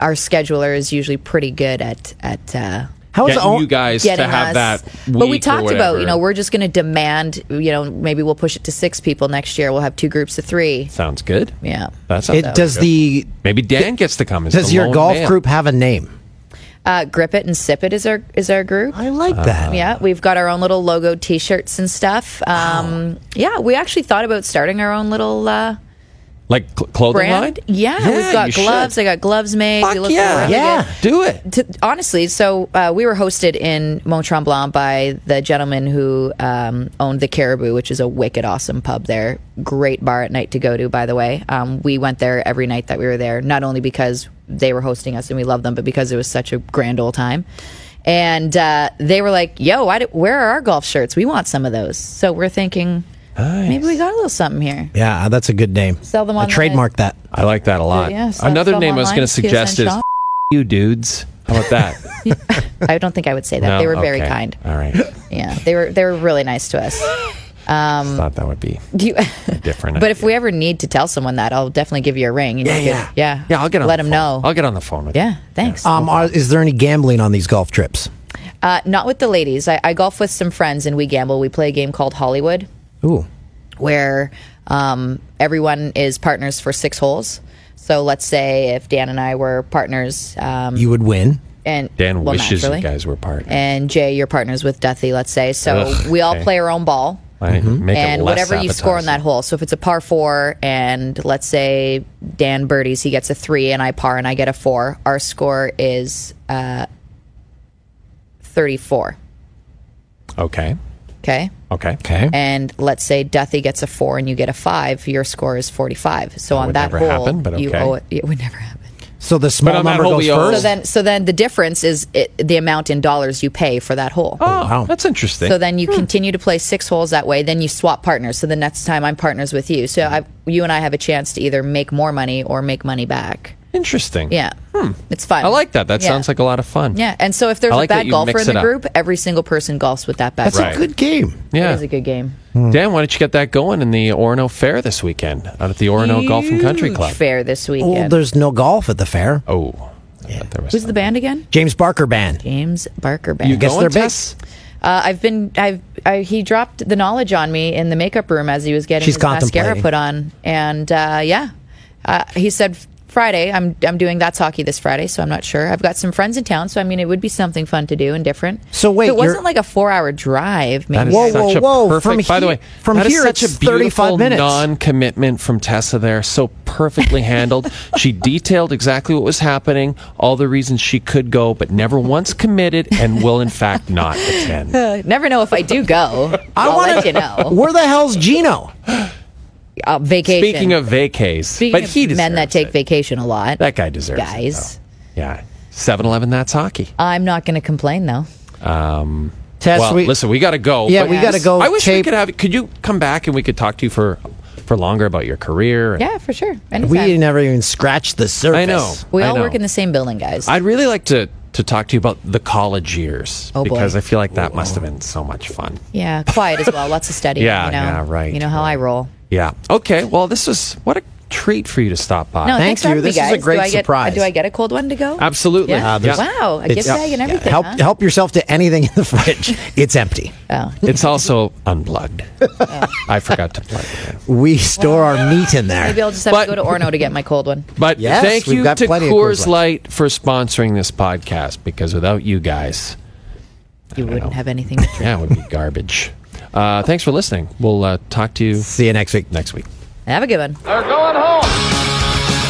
Speaker 13: our scheduler is usually pretty good at at uh,
Speaker 2: How is
Speaker 5: getting
Speaker 2: it-
Speaker 5: you guys to
Speaker 13: getting
Speaker 5: have
Speaker 13: us.
Speaker 5: that?
Speaker 13: but we
Speaker 5: week or
Speaker 13: talked about,
Speaker 5: whatever.
Speaker 13: you know, we're just going to demand, you know, maybe we'll push it to six people next year. We'll have two groups of three.
Speaker 5: Sounds good.
Speaker 13: Yeah.
Speaker 5: That's
Speaker 2: It- does the
Speaker 5: maybe Dan gets to come. as
Speaker 2: Does
Speaker 5: the
Speaker 2: your
Speaker 5: lone
Speaker 2: golf
Speaker 5: man.
Speaker 2: group have a name?
Speaker 13: Uh, Grip it and sip it is our is our group. I
Speaker 2: like
Speaker 5: Uh,
Speaker 2: that.
Speaker 13: Yeah, we've got our own little logo T-shirts and stuff. Um, Yeah, we actually thought about starting our own little uh,
Speaker 5: like cl- clothing line?
Speaker 13: brand. Yeah,
Speaker 5: Yeah,
Speaker 13: we've got
Speaker 5: you should.
Speaker 13: gloves. I got gloves made.
Speaker 5: Fuck yeah. Yeah, do it.
Speaker 13: honestly, so uh, we were hosted in Mont Tremblant by the gentleman who um, owned the Caribou, which is a wicked awesome pub there. Great bar at night to go to, by the way. Um, we went there every night that we were there, not only because they were hosting us and we loved them, but because it was such a grand old time. And uh, they were like, "Yo, why do, where are our golf shirts? We want some of those." So we're thinking, maybe we got a little something here.
Speaker 2: Yeah, uh, that's a good name.
Speaker 13: Sell them
Speaker 2: I
Speaker 13: on the-
Speaker 2: trademark that.
Speaker 5: I like that a lot.
Speaker 13: Yeah, stuff
Speaker 5: Another
Speaker 13: from
Speaker 5: name I was
Speaker 13: online,
Speaker 5: going to suggest
Speaker 13: TSN
Speaker 5: is
Speaker 13: shop.
Speaker 5: you dudes. How about that?
Speaker 13: I don't think I would say that.
Speaker 5: No?
Speaker 13: They were very
Speaker 5: Okay.
Speaker 13: kind.
Speaker 5: All right.
Speaker 13: Yeah, they were they were really nice to us. Um,
Speaker 5: Thought that would be
Speaker 13: do you-
Speaker 5: different.
Speaker 13: but if we ever need to tell someone that, I'll definitely give you a ring. and
Speaker 5: Yeah,
Speaker 13: you
Speaker 5: yeah.
Speaker 13: could- yeah,
Speaker 5: yeah, I'll get on
Speaker 13: Let
Speaker 5: the
Speaker 13: them
Speaker 5: phone.
Speaker 13: know.
Speaker 5: I'll get on the phone with
Speaker 13: Yeah, thanks.
Speaker 2: Um, are, is there any gambling on these golf trips?
Speaker 13: Uh, not with the ladies. I, I golf with some friends and we gamble. We play a game called Hollywood.
Speaker 2: Ooh.
Speaker 13: where um, everyone is partners for six holes. So let's say if Dan and I were partners, um,
Speaker 2: You would win.
Speaker 13: and
Speaker 5: Dan
Speaker 13: well,
Speaker 5: wishes
Speaker 13: naturally.
Speaker 5: you guys were partners.
Speaker 13: and Jay, you're partners with Duthie. Let's say so
Speaker 5: Ugh,
Speaker 13: we all
Speaker 5: okay.
Speaker 13: play our own ball.
Speaker 5: I make it
Speaker 13: and
Speaker 5: less
Speaker 13: whatever you score on
Speaker 5: appetizing.
Speaker 13: that hole. So if it's a par four, and let's say Dan birdies, he gets a three, and I par, and I get a four. Our score is uh, thirty-four.
Speaker 5: Okay.
Speaker 13: Okay.
Speaker 5: Okay. Okay.
Speaker 13: And let's say Duthie gets a four, and you get a five. Your score is forty-five. So on
Speaker 5: would
Speaker 13: that
Speaker 5: never
Speaker 13: hole,
Speaker 5: happen, but
Speaker 13: you
Speaker 5: okay.
Speaker 13: owe it. It would never happen.
Speaker 2: So the small
Speaker 5: on that
Speaker 2: number
Speaker 5: hole
Speaker 2: goes
Speaker 5: we owe-
Speaker 2: first.
Speaker 13: So then, so then the difference is it, the amount in dollars you pay for that hole.
Speaker 5: Oh, that's interesting.
Speaker 13: So then you continue to play six holes that way. Then you swap partners. So the next time I'm partners with you. So I, you and I have a chance to either make more money or make money back.
Speaker 5: Interesting.
Speaker 13: Yeah, it's fun.
Speaker 5: Hmm. I like that. That
Speaker 13: Yeah.
Speaker 5: sounds like a lot of fun.
Speaker 13: Yeah, and so if there's
Speaker 5: I like
Speaker 13: a
Speaker 5: that
Speaker 13: bad
Speaker 5: you
Speaker 13: golfer
Speaker 5: mix it
Speaker 13: in the
Speaker 5: up.
Speaker 13: group, every single person golfs with that bad.
Speaker 5: That's a
Speaker 13: golfer.
Speaker 5: good
Speaker 2: game.
Speaker 5: Yeah.
Speaker 13: it is a good game.
Speaker 5: Dan, why don't you get that going in the Orono Fair this weekend out at the Orono Golf and Country
Speaker 13: Huge
Speaker 5: Club?
Speaker 13: fair this
Speaker 2: Well,
Speaker 13: weekend.
Speaker 2: there's no golf at the fair.
Speaker 5: Oh, yeah. there was
Speaker 13: Who's the band again?
Speaker 2: James Barker Band.
Speaker 13: James Barker Band.
Speaker 2: You guess
Speaker 13: going,
Speaker 2: they're big.
Speaker 13: Tess? Uh, I've been, I've, I, he dropped the knowledge on me in the makeup room as he was getting
Speaker 2: She's
Speaker 13: his mascara
Speaker 2: contemplating.
Speaker 13: put on, and uh, yeah, uh, he said Friday. I'm, I'm doing that's hockey this Friday, so I'm not sure. I've got some friends in town, so I mean, it would be something fun to do and different.
Speaker 2: So wait,
Speaker 13: if it
Speaker 2: you're-
Speaker 13: wasn't like a four hour drive.
Speaker 5: That
Speaker 13: Maybe
Speaker 5: is such a perfect.
Speaker 2: From
Speaker 5: by the
Speaker 2: he-
Speaker 5: way,
Speaker 2: from
Speaker 5: that is
Speaker 2: here
Speaker 5: such
Speaker 2: it's
Speaker 5: a beautiful
Speaker 2: 35 minutes.
Speaker 5: non-commitment from Tessa. There, so perfectly handled. she detailed exactly what was happening, all the reasons she could go, but never once committed, and will in fact not attend.
Speaker 13: never know if I do go. I'll
Speaker 2: wanna-
Speaker 13: let you know.
Speaker 2: Where the hell's Gino?
Speaker 13: Uh, vacation.
Speaker 5: Speaking of vacays,
Speaker 13: Speaking
Speaker 5: but
Speaker 13: of
Speaker 5: he
Speaker 13: men
Speaker 5: deserves
Speaker 13: that take
Speaker 5: it.
Speaker 13: vacation a lot,
Speaker 5: That guy deserves it,
Speaker 13: guys.
Speaker 5: though. yeah, 7-Eleven. That's hockey.
Speaker 13: I'm not going to complain though.
Speaker 5: Um,
Speaker 2: Tess,
Speaker 5: well,
Speaker 2: we-
Speaker 5: listen, we got to go.
Speaker 2: Yeah,
Speaker 5: but
Speaker 2: we gotta go
Speaker 5: I wish we
Speaker 2: tape-
Speaker 5: could have. Could you come back and we could talk to you for for longer about your career? and-
Speaker 13: Yeah, for sure. Anytime.
Speaker 2: We never even scratched the surface.
Speaker 5: I know.
Speaker 13: We
Speaker 5: I
Speaker 13: all
Speaker 5: know.
Speaker 13: work in the same building, guys.
Speaker 5: I'd really like to to talk to you about the college years
Speaker 13: Oh, boy.
Speaker 5: because I feel like that must have been so much fun.
Speaker 13: yeah, quiet as well. Lots of studying.
Speaker 5: Yeah,
Speaker 13: you know?
Speaker 5: yeah, right,
Speaker 13: You know how I roll.
Speaker 5: Yeah. Okay. Well, this was what a treat for you to stop by.
Speaker 13: No, thanks for having me,
Speaker 2: This is a
Speaker 13: guys.
Speaker 2: great
Speaker 13: do I get,
Speaker 2: surprise.
Speaker 13: Do I get a cold one to go?
Speaker 5: Absolutely.
Speaker 13: Yeah.
Speaker 5: Uh, there's-
Speaker 13: wow, a gift
Speaker 2: It's-
Speaker 13: bag and everything.
Speaker 2: Help
Speaker 13: huh?
Speaker 2: help yourself to anything in the fridge. It's empty.
Speaker 5: It's also unplugged. I forgot to plug it in.
Speaker 2: We store our meat in there.
Speaker 13: Maybe I'll just have to go to Orno to get my cold one.
Speaker 5: But
Speaker 2: Yes,
Speaker 5: thank
Speaker 2: we've
Speaker 5: you
Speaker 2: got
Speaker 5: to
Speaker 2: plenty of Coors
Speaker 5: Coors Light for sponsoring this podcast because without you guys,
Speaker 13: You wouldn't have anything to drink.
Speaker 5: yeah, it would be garbage. Uh, thanks for listening. We'll uh, talk to you.
Speaker 2: See you next week.
Speaker 5: Next week.
Speaker 13: Have a good one.
Speaker 4: They're going home.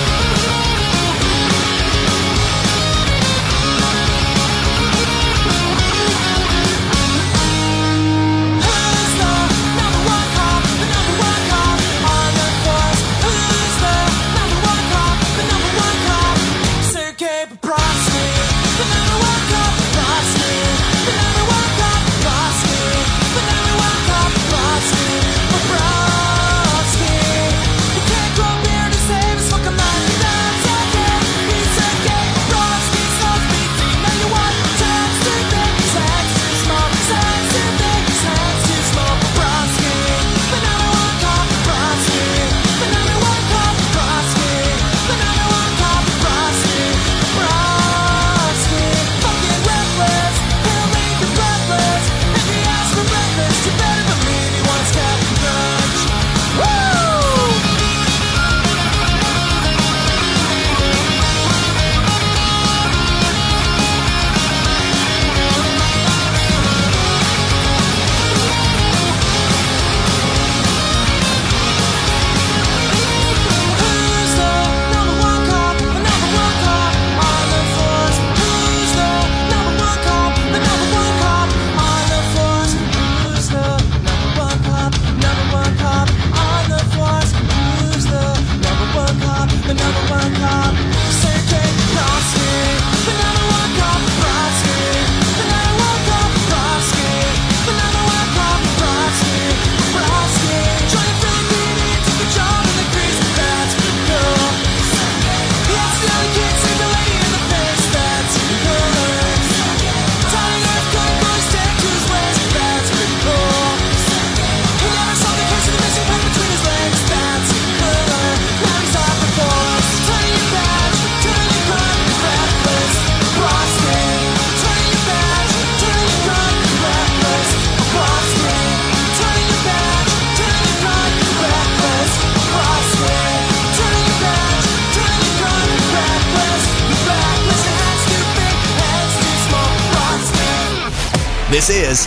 Speaker 14: Bobrovsky, you can't grow beard and
Speaker 2: This is